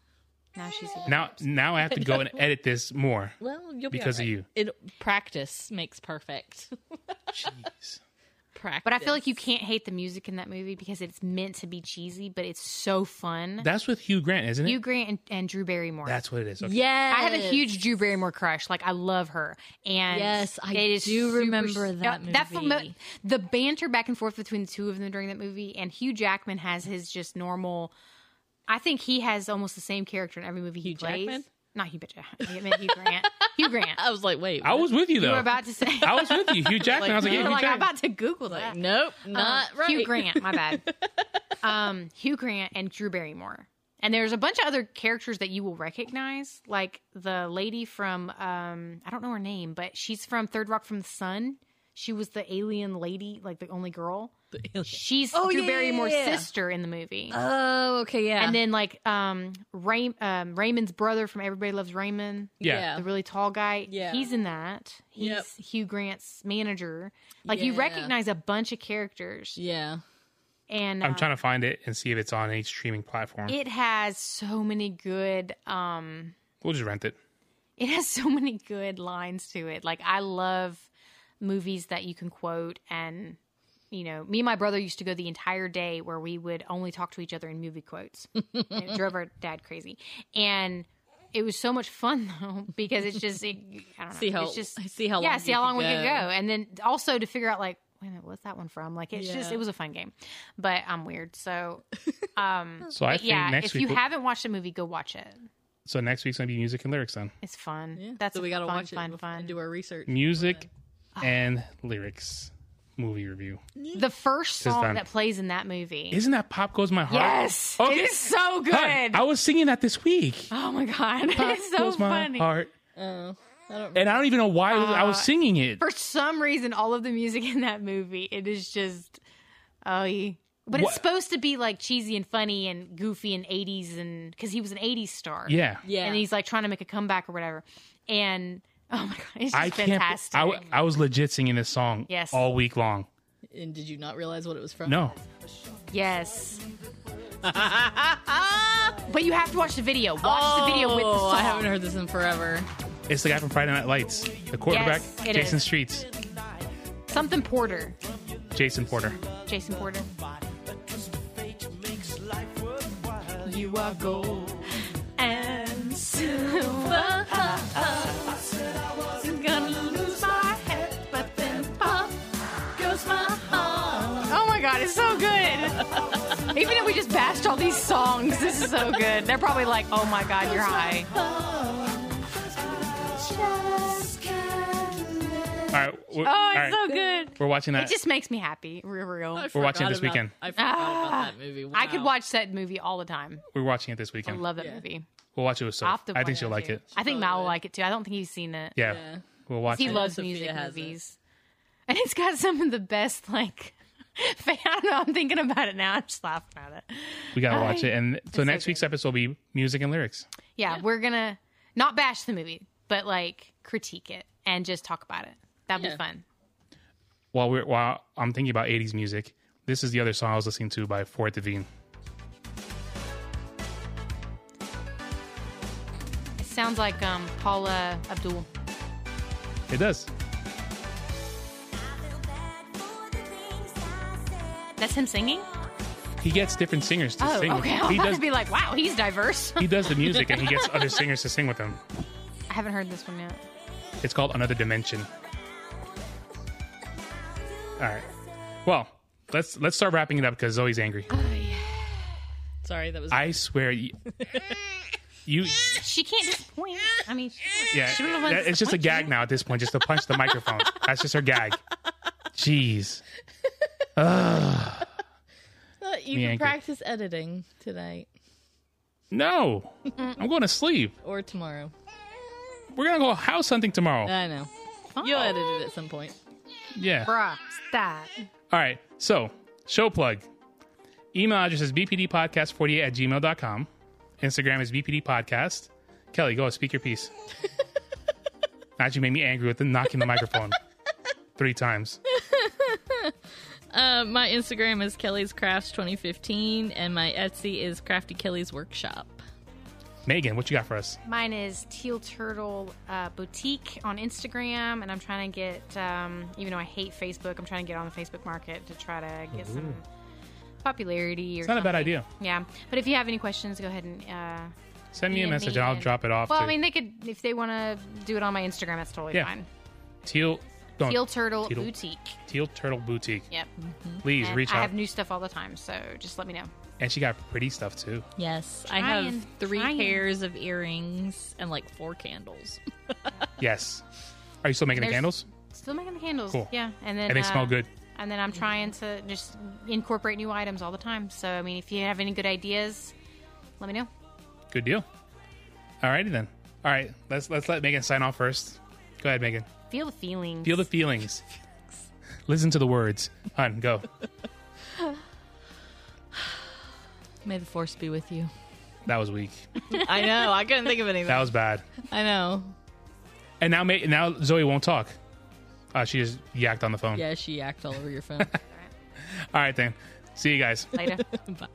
S2: now she's
S1: Now now I have to go and edit this more.
S3: Well, you'll be
S1: Because of
S3: alright.
S1: you.
S3: It practice makes perfect.
S1: Jeez.
S3: practice.
S2: But I feel like you can't hate the music in that movie because it's meant to be cheesy, but it's so fun.
S1: That's with Hugh Grant, isn't it?
S2: Hugh Grant and, and Drew Barrymore.
S1: That's what it is. Okay.
S3: Yes.
S2: I have a huge Drew Barrymore crush. Like I love her, and
S3: Yes, I
S2: it is
S3: do
S2: super-
S3: remember that
S2: Yeah,
S3: movie.
S2: mo- the banter back and forth between the two of them during that movie, and Hugh Jackman has his just normal. I think he has almost the same character in every movie he
S3: Hugh
S2: plays.
S3: Jackman? Oh.
S2: Not Hugh Jackman. I meant Hugh Grant. Hugh Grant.
S3: I was like, wait.
S1: I was with you though.
S2: You were about to say.
S1: I was with you, Hugh Jackman. I was like,
S2: You
S1: yeah,
S2: were
S1: Hugh
S2: like, I'm
S1: Jackman.
S2: about to Google that.
S3: what? nope, not right.
S2: Hugh Grant, my bad. um, Hugh Grant and Drew Barrymore. And there's a bunch of other characters that you will recognize, like the lady from um, I don't know her name, but she's from Third Rock from the Sun. She was the alien lady, like the only girl. She's
S3: Oh,
S2: Drew
S3: yeah, yeah,
S2: Barrymore's
S3: yeah, yeah.
S2: sister in the movie.
S3: Oh, okay, yeah.
S2: and then like um, Ray- um, Raymond's brother from Everybody Loves Raymond
S1: Yeah.
S2: the really tall guy.
S3: Yeah.
S2: He's in that. He's
S3: Yep.
S2: Hugh Grant's manager. Like you
S3: Yeah.
S2: recognize a bunch of characters.
S3: yeah.
S2: And
S1: I'm
S2: uh,
S1: trying to find it and see if it's on any streaming platform.
S2: it has so many good um
S1: we'll just rent it.
S2: it has so many good lines to it. Like I love movies that you can quote and you know, me and my brother used to go the entire day where we would only talk to each other in movie quotes. And it drove our dad crazy. And it was so much fun though because it's just it, I don't know.
S3: See how
S2: it's just
S3: see how long
S2: yeah, see how long we could go,
S3: go.
S2: and then also to figure out like, wait a minute, what's that one from? Like, it's just
S3: Yeah.
S2: it was a fun game, but I'm weird, so um,
S1: So I
S2: but
S1: think
S2: yeah,
S1: next
S2: if
S1: week
S2: you
S1: we'll-
S2: haven't watched the movie, go watch it.
S1: So next week's gonna be music and lyrics then.
S2: It's fun.
S3: Yeah.
S2: That's
S3: so we gotta
S2: fun,
S3: watch
S2: fun,
S3: it
S2: fun.
S3: and do our research.
S1: Music and lyrics movie review.
S2: the first
S1: This is
S2: song
S1: fun.
S2: that plays in that movie.
S1: Isn't that Pop Goes My Heart?
S2: yes,
S1: Okay.
S2: it is so good.
S1: Hun, I was singing that this week.
S2: oh my god, it's so
S1: Goes my
S2: funny. Uh,
S1: heart.
S3: Oh, I don't.
S1: And I don't even know why I was singing it.
S2: For some reason, all of the music in that movie, it is just oh, you. But
S1: What-
S2: it's supposed to be like cheesy and funny and goofy and 80s and because he was an 80s star.
S1: yeah.
S3: yeah.
S2: and he's like trying to make a comeback or whatever. And oh my god, it's just
S1: I can't.
S2: fantastic.
S1: I, w- I was legit singing this song
S2: Yes.
S1: all week long.
S3: and did you not realize what it was from?
S1: No.
S2: yes, but you have to watch the video. Watch
S3: Ah! Oh,
S2: the video with the song.
S3: I haven't heard this in forever.
S1: It's the guy from Friday Night Lights, the quarterback,
S2: Yes, it
S1: Jason
S2: is.
S1: Streets,
S2: Something Porter,
S1: Jason Porter.
S2: Jason Porter.
S4: You are gold.
S2: And silver, gonna lose my head, but then pop goes my heart. Oh my god, it's so good. Even if we just bashed all these songs, this is so good. They're probably like, oh my god, you're high. Oh,
S1: All right. w-
S2: Oh,
S1: all
S2: it's
S1: right.
S2: so good.
S1: We're watching that.
S2: It just makes me happy, real, real.
S3: I
S2: I,
S1: We're watching it this
S3: forgot about-
S1: weekend.
S3: I forgot about that movie. Wow.
S2: Ah! could watch that movie all the time.
S1: We're watching it this
S2: I
S1: weekend.
S2: love that
S3: Yeah.
S2: movie.
S1: we'll watch it with Soph.
S2: I'll have to
S1: I think
S2: watch
S1: she'll like
S2: too.
S1: it.
S2: I think Mal will
S3: Probably.
S2: like it too. I don't think he's seen it.
S1: Yeah.
S3: Yeah.
S1: We'll watch
S2: He
S1: it.
S2: loves
S3: Sophia
S2: music
S3: has it.
S2: movies. And it's got some of the best, like, I don't know. I'm thinking about it now. I'm just laughing at it.
S1: we gotta watch it. And so
S2: so
S1: next
S2: good.
S1: week's episode will be music and lyrics.
S2: Yeah, we're going to not bash the movie, but like critique it and just talk about it. That'd
S3: Yeah.
S2: be fun.
S1: While we're while I'm thinking about 80s music, this is the other song I was listening to by Fort Devine.
S2: It sounds like um, Paula Abdul.
S1: It does.
S2: That's him singing?
S1: He gets different singers to
S2: Oh,
S1: sing.
S2: okay. I'm
S1: He
S2: about
S1: does.
S2: to be like, wow, he's diverse.
S1: he does the music and he gets other singers to sing with him.
S2: I haven't heard this one yet.
S1: It's called Another Dimension. All right. Well, let's let's start wrapping it up because Zoe's angry.
S3: Sorry, that was.
S1: I swear, you, you
S2: She can't disappoint. I mean, she,
S1: yeah,
S2: she really
S1: that- it's just a gag now at this point, just to punch the microphone. That's just her gag. Jeez.
S3: Uh, you
S1: Me
S3: can
S1: angry.
S3: practice editing tonight
S1: No, I'm going to sleep.
S3: or tomorrow.
S1: We're gonna go house hunting tomorrow.
S3: I know.
S2: Oh.
S3: You'll edit it at some point.
S1: yeah.
S2: Bruh, stop.
S1: All right. So, show plug. Email address is bpdpodcast48 at gmail.com. Instagram is bpdpodcast. Kelly, go speak your piece. Actually made me angry with the knocking the microphone three times.
S3: Uh, my Instagram is Kelly's Crafts 2015, and my Etsy is Crafty Kelly's Workshop.
S1: Megan, what you got for us?
S2: Mine is Teal Turtle uh, Boutique on Instagram, and I'm trying to get, um, even though I hate Facebook, I'm trying to get on the Facebook market to try to get some popularity. Or
S1: It's not a bad idea.
S2: Yeah, but if you have any questions, go ahead and. Uh,
S1: Send me a
S2: DM
S1: message
S2: me
S1: and I'll
S2: and-
S1: drop it off
S2: well,
S1: to
S2: I mean, they could if they want to do it on my Instagram. That's totally
S1: Yeah.
S2: fine.
S1: Teal, don't,
S2: Teal Turtle
S1: Teal-
S2: Boutique.
S1: Teal Turtle Boutique.
S2: Yep.
S1: Please
S2: And
S1: reach
S2: I
S1: out.
S2: have new stuff all the time, so just let me know.
S1: and she got pretty stuff too.
S3: Yes, I
S2: Trying,
S3: have three
S2: trying.
S3: pairs of earrings and like four candles.
S1: Yes. Are you still making the
S2: There's-
S1: candles?
S2: Still making the candles.
S1: Cool.
S2: Yeah, and then
S1: And they
S2: uh,
S1: smell good.
S2: And then I'm trying to just incorporate new items all the time. So I mean, if you have any good ideas, let me know.
S1: Good deal. All righty then. All right, let's let's let Megan sign off first. Go ahead, Megan.
S2: Feel the feelings.
S1: Feel the feelings. Listen to the words. Hun, go.
S3: May the force be with you.
S1: That was weak.
S3: I know. I couldn't think of anything.
S1: That was bad.
S3: I know.
S1: And now, Ma- now Zoe won't talk. Uh, she just yacked on the phone.
S3: Yeah, she yacked all over your phone.
S1: All right then. See you guys.
S2: Later.
S3: Bye.